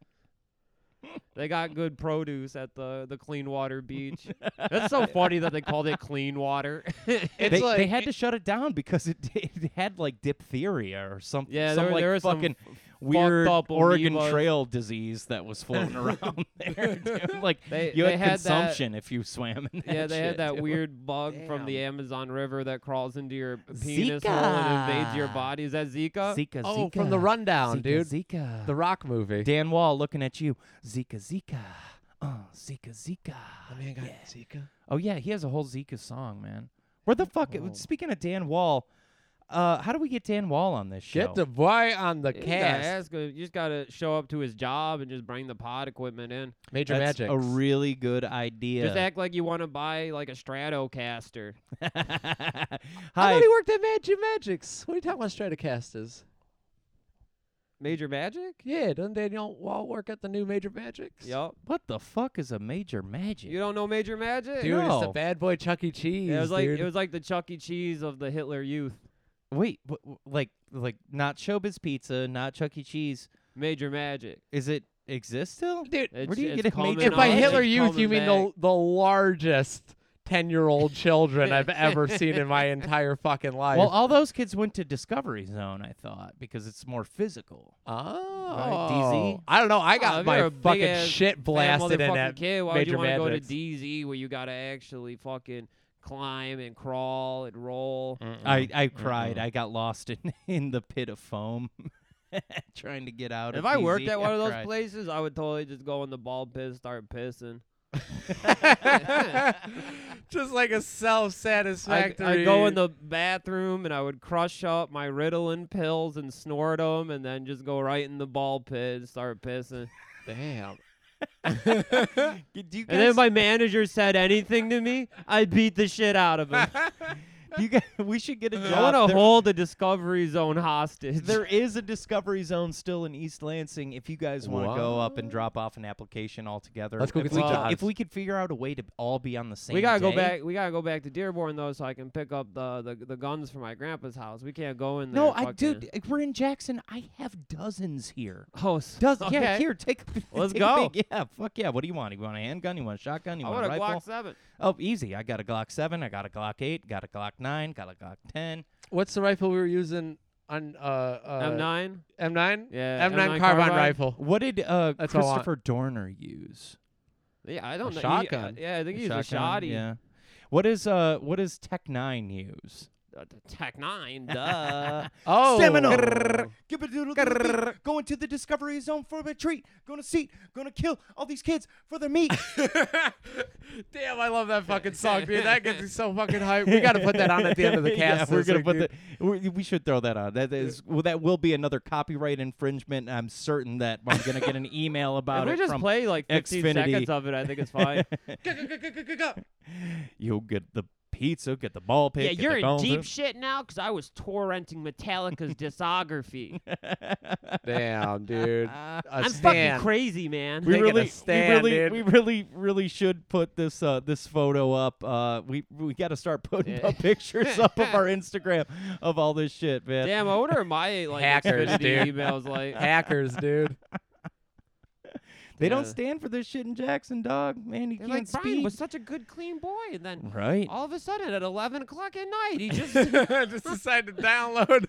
S3: they got good produce at the the Clean Water Beach. That's so funny that they called it Clean Water.
S5: It's
S4: They,
S5: like
S4: they had to shut it down because it, it had like diphtheria or some,
S3: yeah,
S4: some
S3: there,
S4: like
S3: there was
S4: fucking
S3: some
S4: weird
S3: up
S4: Oregon
S3: amoebas.
S4: Trail disease that was floating around there. dude. Like
S3: They-
S4: you
S3: they
S4: had,
S3: had that-
S4: consumption if you swam in that
S3: Yeah, they
S4: shit,
S3: had that
S4: dude.
S3: weird bug from the Amazon River that crawls into your penis hole and invades your
S4: Zika.
S3: body. Is that Zika?
S4: Zika,
S5: oh,
S4: Zika,
S5: from the rundown,
S4: Zika,
S5: dude,
S4: Zika.
S5: the Rock movie.
S4: Dan Wall looking at you. Zika, Zika. Uh, Zika, Zika. Yeah.
S5: Zika.
S4: Oh yeah, he has a whole Zika song, man. Where the fuck? Speaking of Dan Wall, uh, how do we get Dan Wall on this show?
S5: Get the boy on the
S3: You gotta
S5: cast.
S3: ask him- you just gotta show up to his job and just bring the pod equipment in.
S5: Major
S4: That's
S5: Magic.
S4: a really good idea.
S3: Just act like you want to buy like a Stratocaster.
S5: I
S4: Hi.
S5: thought he worked at Magic Magics. What are you talking about, Stratocasters?
S3: Major Magic?
S5: Yeah, doesn't Daniel Wall work at the new Major Magics?
S3: Yup.
S4: What the fuck is a major magic?
S3: You don't know Major Magic?
S5: Dude, it's the
S4: No.
S5: bad boy Chuck E. Cheese.
S3: Yeah, it was like
S5: dude.
S3: it was like the Chuck E. Cheese of the Hitler Youth.
S4: Wait, wh- wh- like like not Showbiz Pizza, not Chuck E. Cheese.
S3: Major Magic.
S4: Is it exist still?
S5: Dude,
S3: It's,
S4: do you
S3: it's
S4: get it
S3: coming
S4: made-
S5: if by
S3: up,
S5: Hitler
S3: it's
S5: Youth you
S3: coming
S5: mean the the largest ten year old children I've ever seen in my entire fucking life.
S4: Well, all those kids went to Discovery Zone, I thought, because it's more physical.
S5: oh,
S4: DZ?
S5: I don't know. I
S3: Oh,
S5: got
S3: if you're
S5: my
S3: a big
S5: fucking
S3: ass
S5: shit
S3: fat
S5: blasted in
S3: motherfucking
S5: that
S3: kid, why would
S5: Major
S3: you wanna go to
S5: Magics.
S3: DZ where you gotta actually fucking climb and crawl and roll?
S4: I, I cried. I got lost in, in the pit of foam trying to get out.
S3: If
S4: of
S3: I
S4: DZ,
S3: worked at one of those
S4: cried.
S3: places, I would totally just go in the ball pit, and start pissing.
S5: Just like a self
S3: I
S5: satisfactory.
S3: I'd go in the bathroom and I would crush up my Ritalin pills and snort them, and then just go right in the ball pit and start pissing.
S5: damn.
S4: do you
S3: And
S4: guys,
S3: then my manager said anything to me, I beat the shit out of him.
S4: you guys, we should get a job.
S3: I want to
S4: there.
S3: hold the Discovery Zone hostage.
S4: There is a Discovery Zone still in East Lansing. If you guys want to go up and drop off an application altogether,
S5: Let's go
S4: if
S5: get
S4: we,
S3: some
S4: could,
S5: jobs.
S4: if we could figure out a way to all be on the same.
S3: we gotta go
S4: day-
S3: back. We gotta go back to Dearborn though, so I can pick up the the, the guns from my grandpa's house. We can't go in there.
S4: No, I
S3: fucking-
S4: dude, we're in Jackson. I have dozens here.
S3: Oh, s-
S4: Does
S3: okay.
S4: yeah? Here, take. a-
S3: Let's
S4: take a
S3: go.
S4: big- yeah, fuck yeah. What do you want? You want a handgun? You want a shotgun? You
S3: I
S4: want
S3: want
S4: a
S3: a
S4: rifle?
S3: Glock seven.
S4: Oh, easy. I got a Glock seven. I got a Glock eight. Got a Glock nine. Got a Glock ten.
S5: What's the rifle we were using on uh, uh
S3: M nine.
S5: M9?
S3: Yeah,
S5: M9,
S3: M9
S5: carbine,
S3: carbine.
S5: rifle.
S4: What did uh,
S5: That's all I want.
S4: Christopher Dorner use?
S3: Yeah, I don't know. He- uh,
S5: shotgun.
S3: yeah, I think he's a
S4: Shotgun,
S3: shoddy.
S4: Yeah. What is uh? What does Tech Nine use?
S3: Uh, the Tech nine. Duh.
S5: Oh,
S4: Seminole. Going to the Discovery Zone for a treat. Going to see. Going to kill all these kids for their meat.
S5: Damn, I love that fucking song, dude. That gets me so fucking hype. We got to put that on at the end of the cast.
S4: yeah, we're
S5: this
S4: gonna
S5: week,
S4: put
S5: dude.
S4: the, we, we should throw that on. That is well, that will be another copyright infringement. and I'm certain that I'm gonna get an email
S3: if
S4: about
S3: we
S4: it
S3: just
S4: Uh, from
S3: play like 15
S4: Xfinity.
S3: seconds of it, I think it's fine.
S4: You'll get the pizza, get the ball pit.
S3: yeah,
S4: get
S3: you're
S4: the
S3: in
S4: golden-
S3: deep shit now because I was torrenting Metallica's discography.
S5: Damn, dude. A
S3: I'm
S5: stand.
S3: fucking crazy, man.
S4: we
S5: Taking a
S4: really,
S5: stand,
S4: we really,
S5: dude.
S4: we really, really should put this uh, this photo up. Uh, we we got to start putting
S3: Yeah.
S4: up pictures up of our Instagram of all this shit, man.
S3: Damn, I wonder if my like
S5: Hackers,
S3: Xfinity
S5: dude.
S3: emails like
S5: Hackers, dude.
S4: They don't
S3: Yeah.
S4: stand for this shit in Jackson, dog. Man, he
S3: They're
S4: can't
S3: like
S4: speak.
S3: Brian was such a good clean boy, and then
S4: right.
S3: all of a sudden at 11 o'clock at night he just
S5: Just decided to download.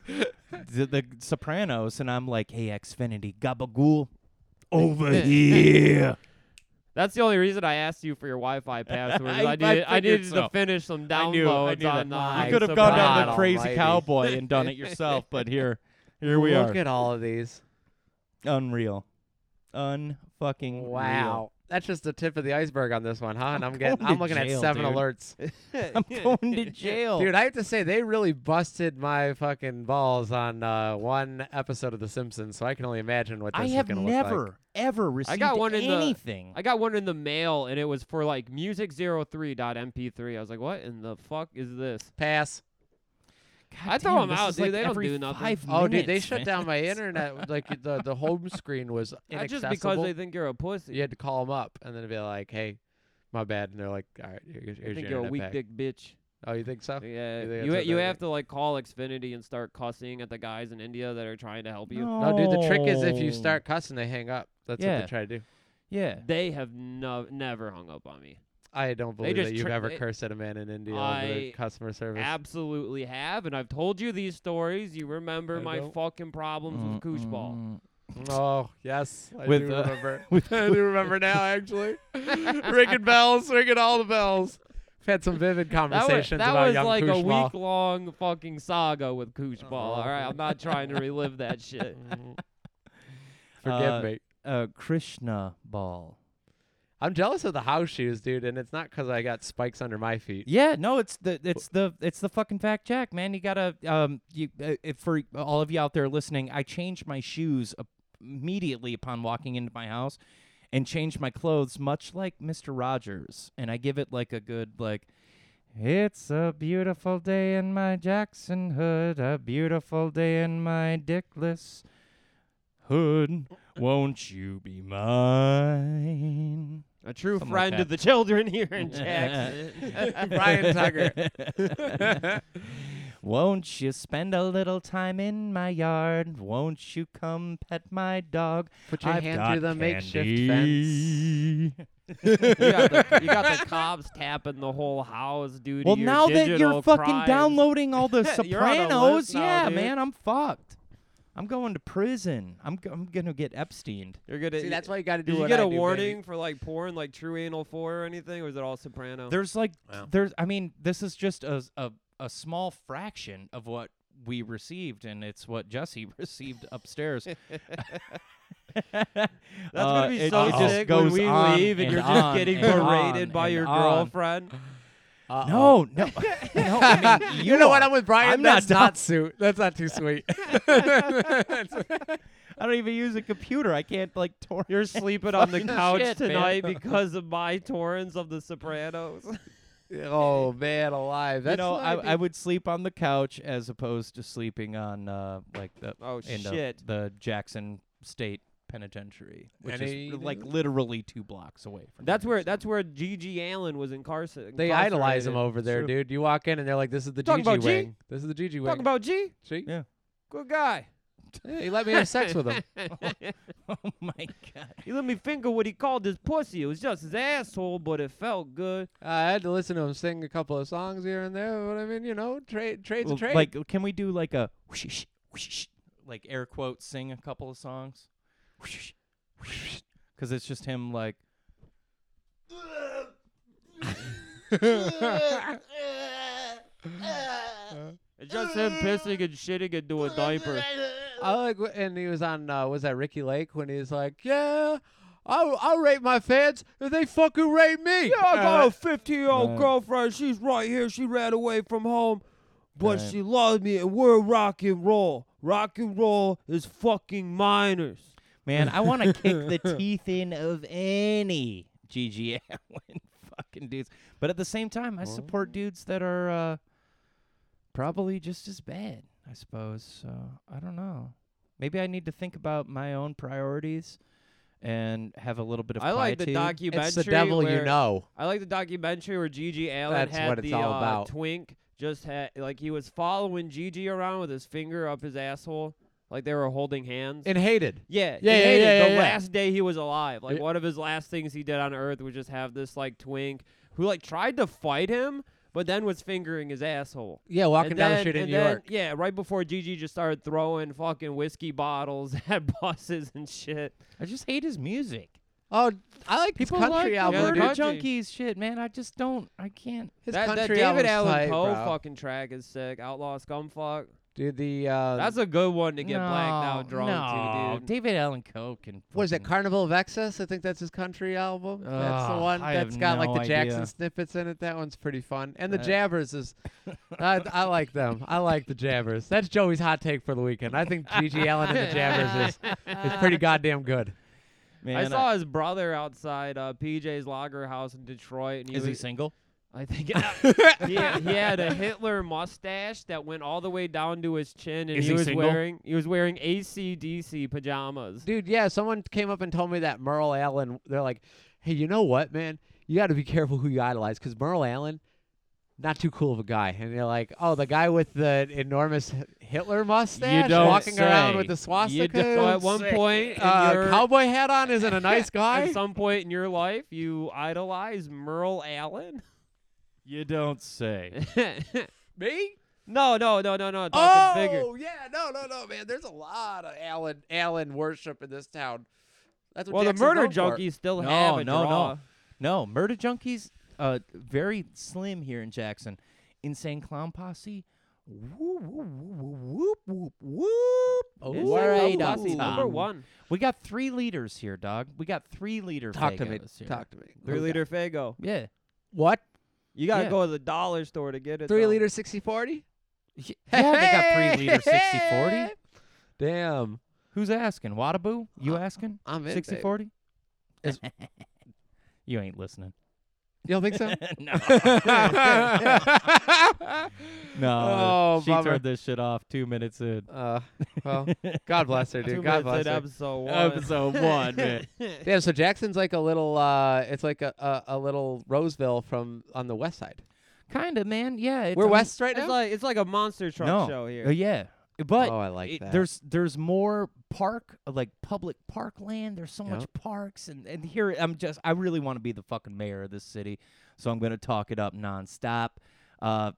S4: The, the Sopranos, and I'm like, hey, Xfinity, gabagool. Over
S3: Yeah.
S4: here.
S3: That's the only reason I asked you for your Wi-Fi password. is
S4: I-
S3: I,
S4: I
S3: needed, I,
S4: figured
S3: needed
S4: so.
S3: to finish some
S4: I knew- I
S3: downloads
S4: knew that.
S3: on the.
S4: you
S5: I
S4: could have gone down
S5: surprised.
S4: the crazy
S5: Almighty.
S4: cowboy and done it yourself, but here, here we
S5: Look
S4: are.
S5: at all of these.
S4: Unreal. Unfucking
S5: Wow. that's just the tip of the iceberg on this one, huh? And I'm, getting
S4: going
S5: I'm
S4: to
S5: looking
S4: jail,
S5: at seven
S4: dude.
S5: alerts.
S4: I'm going to jail.
S5: Dude, I have to say they really busted my fucking balls on uh, one episode of The Simpsons, so I can only imagine what this
S4: I
S5: is
S4: have
S5: gonna
S4: never,
S5: look
S4: ever received
S3: I got one in the-
S4: anything.
S3: I got one in the mail and it was for like music03.mp3. I was like, what in the fuck is this?
S5: like. Pass.
S4: God
S3: I throw
S4: damn,
S3: 'em
S4: this
S3: out,
S4: is
S3: dude.
S4: like
S3: They don't
S4: every
S3: do nothing.
S4: five
S5: Oh, dude, they
S4: minutes,
S5: shut
S4: man.
S5: down my internet. Like the the home screen was
S3: That's
S5: inaccessible.
S3: just because they think you're a pussy.
S5: you had to call them up and then be like, "Hey, my bad," and they're like, "All right, here- here's,
S3: I
S5: here's
S3: think
S5: your
S3: you're a
S5: internet
S3: weak
S5: back."
S3: dick bitch.
S5: Oh, you think so? You
S3: Yeah,
S5: think
S3: you
S5: that's what
S3: you
S5: they
S3: have
S5: think?
S3: to like call Xfinity and start cussing at the guys in India that are trying to help you.
S4: No.
S5: No, dude, the trick is if
S4: No.
S3: Oh.
S5: you start cussing, they hang up. That's what
S4: Yeah.
S5: they try to do.
S4: Yeah.
S3: They have no, never hung up on me.
S5: I don't believe
S3: just
S5: that you've
S3: tr-
S5: ever
S3: they-
S5: cursed at a man in India over
S3: I
S5: their customer service.
S3: Absolutely have, and I've told you these stories. You remember
S5: I
S3: my
S5: don't.
S3: fucking problems with Koosh Ball.
S4: Mm,
S5: oh, yes, I
S4: With,
S5: do
S4: uh,
S5: remember.
S4: with-
S5: I do remember now, actually. ringing bells, ringing all the bells. We've had some vivid
S3: That was,
S5: conversations
S3: that
S5: about
S3: was
S5: young
S3: like a
S5: Koosh Ball.
S3: week long fucking saga with Koosh Ball. All right, I'm not trying to relive that shit.
S5: Mhm. Forgive
S4: Uh,
S5: me.
S4: Uh, Krishna ball.
S5: I'm jealous of the house shoes, dude, and it's not because I got spikes under my feet.
S4: Yeah, no, it's the it's the it's the fucking fact, Jack. Man, you gotta um you uh, if for all of you out there listening, I changed my shoes up- immediately upon walking into my house, and changed my clothes much like Mister Rogers, and I give it like a good like. It's a beautiful day in my Jackson hood, a beautiful day in my dickless hood. Won't you be mine?
S3: A true
S4: Something like
S3: friend
S4: that.
S3: of the children here in Jackson.
S5: Brian Tucker.
S4: Won't you spend a little time in my yard? Won't you come pet my dog?
S5: Put your
S4: I've
S5: hand
S4: got
S5: through the makeshift fence.
S4: candy.
S3: you, got the, you got the cops tapping the whole house, dude.
S4: Well, now that you're fucking downloading all the
S3: You're on a list
S4: Sopranos,
S3: now,
S4: yeah,
S3: dude.
S4: man, I'm fucked. I'm going to prison. I'm g- I'm gonna get Epstein.
S3: You're gonna,
S5: See, that's why you got to do.
S3: Did you
S5: what
S3: get
S5: I
S3: a
S5: do, baby.
S3: warning for like porn, like True Anal Four or anything, or is it all Soprano?
S4: There's like
S5: Wow.
S4: there's I mean, this is just a, a a small fraction of what we received, and it's what Jesse received upstairs. Uh,
S3: That's gonna be so
S4: it
S3: sick
S4: just goes
S3: when we
S4: on
S3: leave and, you're
S4: on
S3: just getting
S4: and
S3: berated
S4: on
S3: by
S4: and
S3: your
S4: on.
S3: girlfriend.
S4: No, no, no. I mean,
S5: You know what?
S4: are.
S5: I'm with Brian.
S4: I'm not
S5: That's not suit. That's not too sweet.
S4: I don't even use a computer. I can't like torture.
S3: You're sleeping on the
S4: Fucking
S3: couch
S4: shit, man.
S3: tonight because of my torrents of The Sopranos.
S5: oh man, alive. That's
S4: you know,
S5: what
S4: I,
S5: do.
S4: I would sleep on the couch as opposed to sleeping on uh, like the
S3: Oh,
S4: in the-
S3: shit.
S4: the Jackson State Penitentiary, which
S5: Any-
S4: is r- like literally two blocks away from.
S3: that's
S4: here,
S3: where
S4: so-
S3: that's where Gigi Allen was incarcerated.
S5: They idolize him
S3: incarcerated.
S5: over there,
S3: True.
S5: dude. You walk in and they're like, "This is the
S3: Talking
S5: Gigi
S3: about G?
S5: wing. This is the Gigi wing."
S3: Talking about G,
S5: G?
S4: Yeah.
S3: good guy.
S5: Yeah, he let me have sex with him.
S4: oh my god!
S3: He let me finger what he called his pussy. It was just his asshole, but it felt good.
S5: I had to listen to him sing a couple of songs here and there, but I mean, you know, trade trade's
S4: Well,
S5: a trade.
S4: like, can we do like a whoosh, whoosh, like air quotes, sing a couple of songs? Because it's just him like.
S3: It's just him pissing and shitting into a diaper.
S5: I like, wh- and he was on. Uh, was that Ricky Lake when he was like, "Yeah, I'll, I'll rate my fans if they fuck who rate me."
S3: Yeah, I got
S5: Uh,
S3: a 15 year old
S4: Right.
S3: girlfriend. She's right here. She ran away from home, but
S4: Right.
S3: she loves me, and we're rock and roll. Rock and roll is fucking minors.
S4: Man, I want to kick the teeth in of any GG Allen fucking dudes. But at the same time, I
S5: Oh.
S4: support dudes that are uh, probably just as bad, I suppose. So I don't know. Maybe I need to think about my own priorities and have a little bit of
S3: I like the
S4: quietude.
S3: documentary.
S5: it's the devil you
S3: where-
S5: know.
S3: I like the documentary where Gigi Allen
S5: That's
S3: had
S5: what it's
S3: the
S5: all
S3: uh,
S5: about.
S3: twink just had like he was following Gigi around with his finger up his asshole, like they were holding hands.
S5: And hated.
S3: Yeah,
S5: Yeah,
S3: yeah,
S5: yeah,
S3: hated
S5: yeah,
S3: The
S5: yeah, yeah.
S3: last day he was alive, like
S5: Yeah.
S3: one of his last things he did on Earth was just have this like twink who like tried to fight him, but then was fingering his asshole.
S5: Yeah, walking
S3: And
S5: down
S3: then-
S5: the street in
S3: and
S5: New
S3: then-
S5: York.
S3: Yeah, right before Gigi just started throwing fucking whiskey bottles at buses and shit.
S4: I just hate his music.
S5: Oh, I like
S4: People
S5: his
S4: like
S5: country
S4: the
S5: album,
S4: Word
S5: dude.
S3: Country.
S4: junkies shit, man. I just don't. I can't.
S5: His
S3: that, that
S5: country
S3: David
S5: album's
S3: Allen
S5: tight,
S3: Poe
S5: bro.
S3: fucking track is sick. Outlaw Scumfuck.
S5: Dude, the uh,
S3: That's a good one to get blacked out drunk
S4: no,
S3: to, dude.
S4: David Allen Coe can.
S5: what is it?
S4: fucking-
S5: Carnival of Excess? I think that's his country album. that's the
S4: Ugh,
S5: one
S4: I
S5: that's
S4: have
S5: got like
S4: no
S5: the Jackson
S4: idea.
S5: snippets in it. That one's pretty fun. And the
S4: Uh,
S5: Jabbers is, I, I like them. I like the Jabbers. That's Joey's hot take for the weekend. I think Gigi Allen and the Jabbers is, is pretty goddamn good.
S4: Man, uh,
S3: I saw his brother outside uh, PJ's Lager House in Detroit, and he
S4: Is he
S3: was,
S4: single?
S3: I think he, he had a Hitler mustache that went all the way down to his chin, and
S7: Is
S3: he,
S7: he
S3: was
S7: single?
S3: wearing he was wearing ACDC pajamas.
S5: Dude, yeah, someone came up and told me that Merle Allen, they're like, hey, you know what, man? You got to be careful who you idolize because Merle Allen, not too cool of a guy. And they're like, oh, the guy with the enormous Hi- Hitler mustache
S4: don't
S5: walking around
S4: say.
S5: with the
S3: You
S5: swastika.
S3: d- so at one point, in
S5: uh,
S3: your-
S5: cowboy hat on isn't a nice guy.
S3: at some point in your life, you idolize Merle Allen.
S4: You don't say.
S3: Me? No, no, no, no, no. Talking bigger.
S5: Oh, yeah, no, no, no, man. There's a lot of Allen Allen worship in this town. That's
S3: Well, the
S5: Jackson's
S3: murder
S5: known for.
S3: junkies still
S4: No,
S3: have a
S4: no, no.
S3: draw.
S4: No, murder junkies, uh, very slim here in Jackson. Insane clown posse. Whoop whoop whoop whoop whoop. whoop.
S3: Insane
S4: Right
S3: Clown Posse,
S4: on.
S3: number one.
S4: We got three leaders here, dog. We got three leader.
S5: Talk to me.
S4: fagos here.
S5: Talk to me.
S3: Three liter Fago.
S4: Yeah.
S5: What?
S3: You gotta
S4: Yeah.
S3: go to the dollar store to get it.
S5: Three
S3: though.
S5: liter 60 40?
S4: Y- Yeah, they got three leader sixty forty.
S5: Damn.
S4: Who's asking? Wadaboo?
S5: Uh,
S4: You asking?
S5: I'm in.
S4: Sixty
S5: babe.
S4: forty. You ain't listening.
S5: You don't think so?
S4: no.
S5: Oh,
S4: she
S5: bummer.
S4: turned this shit off two minutes in.
S5: uh, well, God bless her,
S3: Two
S5: dude. God bless
S3: minutes in
S5: her.
S3: episode one.
S5: Oh,
S4: Episode one, man.
S5: Damn, so Jackson's like a little, uh, it's like a, a, a little Roseville from on the west side.
S4: Kinda, man. Yeah. It's,
S5: We're
S4: I mean-
S5: west right
S3: It's
S5: now?
S3: like it's like a monster truck
S4: no.
S3: show here.
S4: Uh, yeah. But
S5: oh, I like
S4: it-
S5: that.
S4: there's there's more park uh, like public park land. There's so much parks and and here I'm just I really want to be the fucking mayor of this city, so I'm gonna talk it up nonstop. Uh,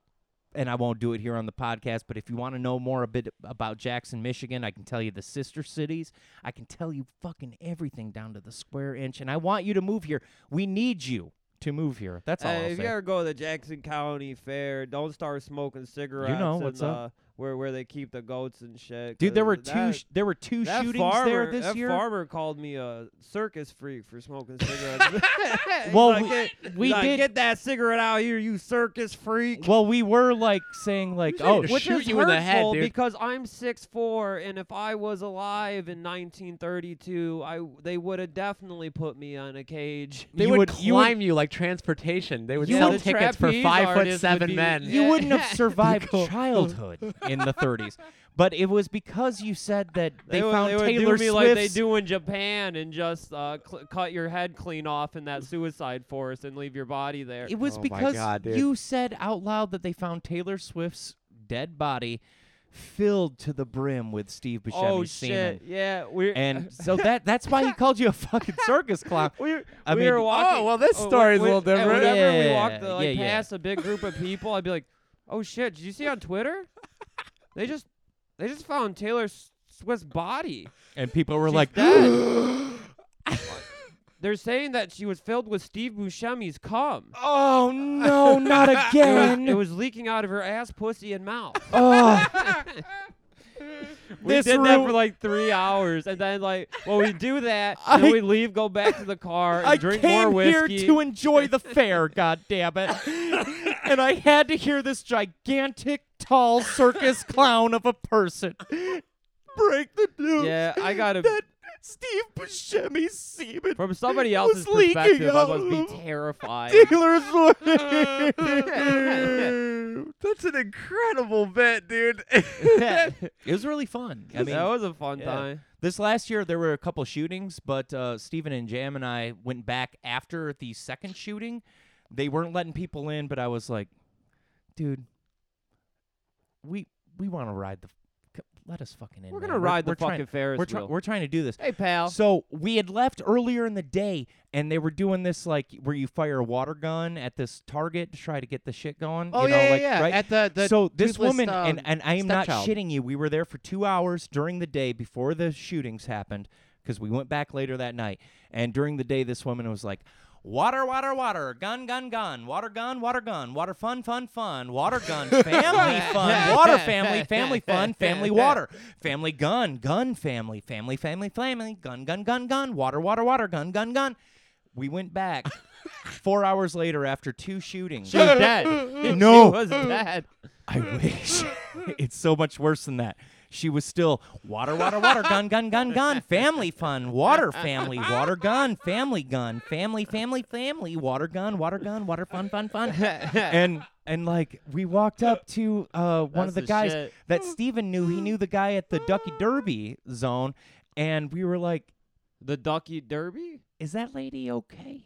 S4: and I won't do it here on the podcast, but if you want to know more a bit about Jackson, Michigan, I can tell you the sister cities. I can tell you fucking everything down to the square inch. And I want you to move here. We need you to move here. That's all.
S3: Hey,
S4: I'll
S3: if
S4: say.
S3: you ever go to the Jackson County Fair, don't start smoking cigarettes.
S4: what's
S3: and,
S4: up.
S3: Uh, where where they keep the goats and shit.
S4: Dude, there
S3: 'cause
S4: were two
S3: that-
S4: sh- there were two
S3: that
S4: shootings
S3: farmer,
S4: there this
S3: that
S4: year.
S3: farmer called me a circus freak for smoking cigarettes. He's
S4: Well,
S3: like,
S4: we-
S3: "Get-
S4: we
S3: he's like,
S4: did-
S3: get that cigarette out here, you circus freak.
S4: Well, we were like saying like,
S5: just need
S4: oh,
S5: to
S4: what
S3: Which
S5: shoot
S3: is
S5: you in the head,
S3: hurtful
S5: dude.
S3: because I'm 6'4", and if I was alive in 1932, I they would have definitely put me on a cage.
S5: they
S4: you
S5: would,
S4: would- you would-
S5: climb you like transportation. They would
S3: You
S5: sell
S3: would-
S5: tickets for
S3: trapeze
S5: five foot
S3: artist would
S5: seven
S3: be-
S5: men.
S4: you
S3: Yeah.
S4: wouldn't have survived childhood in the 30s. But it was because you said that they,
S3: would,
S4: found
S3: they would
S4: Taylor
S3: do me
S4: Swift.
S3: like they do in Japan and just uh, cl- cut your head clean off in that suicide forest and leave your body there.
S4: It was
S5: Oh my
S4: because
S5: God, dude.
S4: you said out loud that they found Taylor Swift's dead body filled to the brim with Steve Buscemi
S3: oh
S4: semen.
S3: shit! Yeah, we're
S4: And so that that's why he called you a fucking circus clown.
S3: we,
S4: I
S3: we
S4: mean-
S3: were walking.
S5: Oh, well, this
S3: oh, wait,
S5: story's a
S3: wait,
S5: little
S3: and
S5: different.
S3: Whenever we
S4: Yeah,
S3: walked uh, like,
S4: yeah, yeah.
S3: past a big group of people, I'd be like, "Oh shit! Did you see on Twitter? They just they just found Taylor S- Swift's body.
S4: And people were
S3: She's
S4: like,
S3: dead. They're saying that she was filled with Steve Buscemi's cum.
S4: "Oh no, not
S3: It was,
S4: again."
S3: it was leaking out of her ass, pussy, and mouth.
S4: oh.
S3: We
S4: This
S3: did that for
S4: room-
S3: like three hours, and then like, well, we do that, and then
S4: I-
S3: we leave, go back to the car, and
S4: I
S3: drink
S4: came
S3: more whiskey.
S4: here to enjoy the fair, God damn it! and I had to hear this gigantic, tall circus clown of a person break the news.
S3: Yeah, I gotta-
S4: That Steve Buscemi's semen
S3: From somebody
S4: was
S3: else's
S4: leaking
S3: perspective, I
S4: out
S3: must
S4: of-
S3: be terrified.
S4: Taylor Swift.
S5: That's an incredible bit, dude.
S4: it was really fun. I mean,
S3: that was a fun
S4: yeah.
S3: time.
S4: This last year, there were a couple shootings, but uh, Stephen and Jam and I went back after the second shooting. They weren't letting people in, but I was like, "Dude, we we want to ride the. c- Let us fucking in.
S3: We're
S4: man.
S3: gonna ride the
S4: we're trying-
S3: fucking Ferris
S4: We're, try-
S3: wheel.
S4: we're trying to do this.
S3: Hey, pal.
S4: So we had left earlier in the day, and they were doing this like where you fire a water gun at this target to try to get the shit going.
S5: Oh
S4: you know,
S5: yeah, yeah,
S4: like,
S5: yeah.
S4: Right?
S5: At the, the
S4: so this
S5: toothless,
S4: woman and
S5: um,
S4: and I am
S5: stepchild.
S4: not shitting you. We were there for two hours during the day before the shootings happened because we went back later that night. And during the day, this woman was like, Water, water, water, gun, gun, gun, water, gun, water, gun, water, fun, fun, fun, water, gun, family, fun, water, family, family, fun, family, water, family, gun, gun, family, family, family, family, gun, gun, gun, gun, water, water, water, gun, gun, gun. We went back four hours later after two shootings.
S3: She was dead.
S4: No.
S3: She was dead.
S4: I wish. it's so much worse than that. She was still water, water, water, gun, gun, gun, gun, family fun, water, family, water, gun, family, gun, family, family, family, water, gun, water, gun, water, fun, fun, fun. and and like we walked up to uh, one
S3: That's
S4: of the
S3: the
S4: guys
S3: shit.
S4: that Steven knew. He knew the guy at the Ducky Derby zone, and we were like,
S3: The Ducky Derby?
S4: "Is that lady okay?"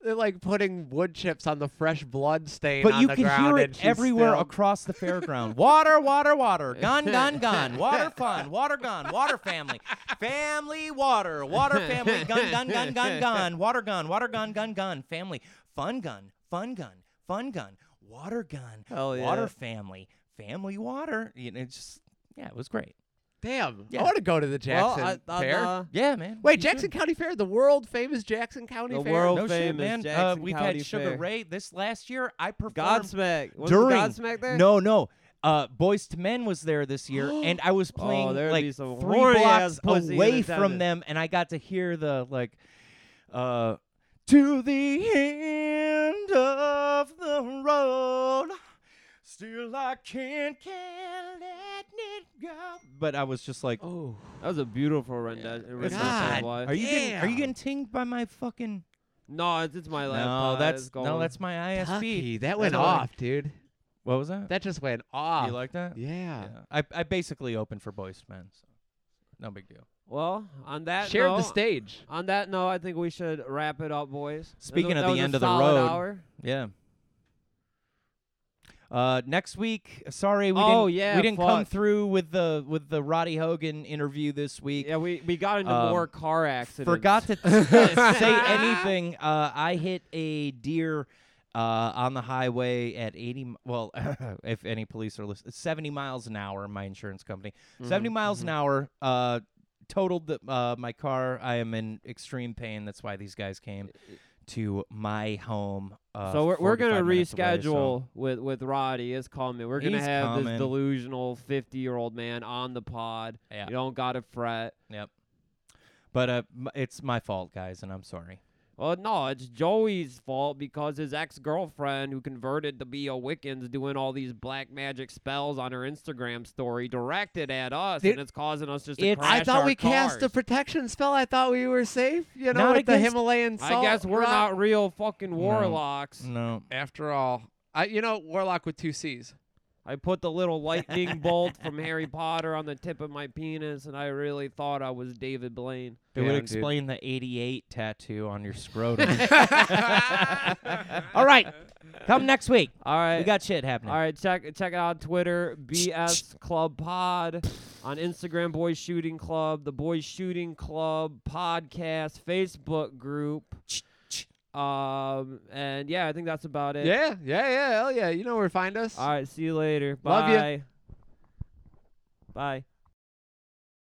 S5: They're like putting wood chips on the fresh blood stain
S4: But
S5: on
S4: you
S5: the
S4: can
S5: ground
S4: hear
S5: and
S4: it
S5: she's
S4: everywhere
S5: still-
S4: across the fairground. Water, water, water. Gun, gun, gun. Water fun. Water gun. Water family. Family water. Water family. Gun, gun, gun, gun, gun. Water gun. Water gun, gun, gun. Family. Fun gun. Fun gun. Fun gun. Water gun.
S3: Hell yeah.
S4: Water family. Family water. You know, it's just yeah, it was great.
S5: Damn. I
S4: Yeah.
S5: want to go to the Jackson
S3: well, I, I,
S5: Fair.
S3: uh,
S4: Yeah, man.
S5: Wait,
S4: You
S5: Jackson
S4: should.
S5: County Fair, the world famous Jackson County
S3: The
S5: Fair.
S3: world-
S4: No shit,
S3: famous
S4: man. Uh,
S3: Jackson
S4: we've
S3: County
S4: had Sugar
S3: Fair.
S4: Ray this last year. I performed
S3: Godsmack. Was
S4: during
S3: Godsmack there?
S4: No, no. Uh, Boys to Men was there this year, and I was playing
S3: Oh, there'd be
S4: like
S3: some
S4: three
S3: horny-ass
S4: blocks
S3: pussy in
S4: away from
S3: attendance.
S4: them, and I got to hear the like, uh, to the end of the road. Still, I can't, can't let it go. But I was just like,
S5: Oh.
S3: That was a beautiful rendition.
S4: God, are
S3: rendition.
S4: you getting, are you
S5: damn.
S4: getting tinged by my fucking?
S3: No, it's, it's my laptop.
S4: No, that's
S3: it's going.
S4: no, that's my ISP.
S5: Ducky, that went
S4: That's all I-
S5: off, dude.
S4: What was that?
S5: That just went off.
S4: you like that?
S5: yeah.
S4: Yeah. I, I basically opened for Boys to Men, so no big deal.
S3: Well, on that
S5: Shared
S3: note,
S5: the stage.
S3: On that note, I think we should wrap it up, boys. That was a-
S4: Speaking of
S3: that
S4: the
S3: was a
S4: end of the
S3: solid
S4: road,
S3: hour.
S4: Yeah. Uh, next week, sorry we
S3: Oh,
S4: didn't
S3: yeah,
S4: we didn't come
S3: fuck.
S4: through with the with the Roddy Hogan interview this week.
S3: Yeah, we, we got into
S4: Um,
S3: more car accidents.
S4: Forgot to say anything. Uh, I hit a deer uh, on the highway at 80. mi- Well, if any police are listening, 70 miles an hour. My insurance company,
S3: Mm-hmm,
S4: 70 miles an hour. Uh, totaled the, uh, my car. I am in extreme pain. That's why these guys came to my home. Uh,
S3: So we're, we're
S4: 45
S3: gonna
S4: minutes away,
S3: reschedule
S4: so-
S3: with with Roddy. It's coming. We're gonna
S4: He's
S3: have
S4: coming.
S3: this delusional fifty year old man on the pod.
S4: Yeah.
S3: You don't gotta fret.
S4: Yep. But uh, m- it's my fault, guys, and I'm sorry.
S3: Well, no, it's Joey's fault because his ex girlfriend, who converted to be a Wiccan's, doing all these black magic spells on her Instagram story directed at us,
S5: Dude,
S3: and it's causing us just to
S4: it's-
S3: crash
S5: I thought
S3: our
S5: we cast a
S3: cars.
S5: protection spell. I thought we were safe, you know,
S4: Not
S5: with the
S4: against-
S5: Himalayan salt.
S3: I guess we're
S5: rock.
S3: not real fucking warlocks.
S4: No.
S5: After all, I, you know, warlock with two C's.
S3: I put the little lightning bolt from Harry Potter on the tip of my penis, and I really thought I was David Blaine.
S4: It would
S5: Yeah, dude.
S4: explain the 88 tattoo on your scrotum.
S7: All right, come next week.
S3: All right.
S4: we got shit happening.
S3: All right, check check it out on Twitter, BS Club Pod, on Instagram, Boys Shooting Club, the Boys Shooting Club podcast, Facebook group. Um, and yeah, I think that's about it.
S5: Yeah, yeah, yeah, hell yeah. You know where to find us.
S3: All right, see you later. Bye.
S5: Love ya.
S3: Bye.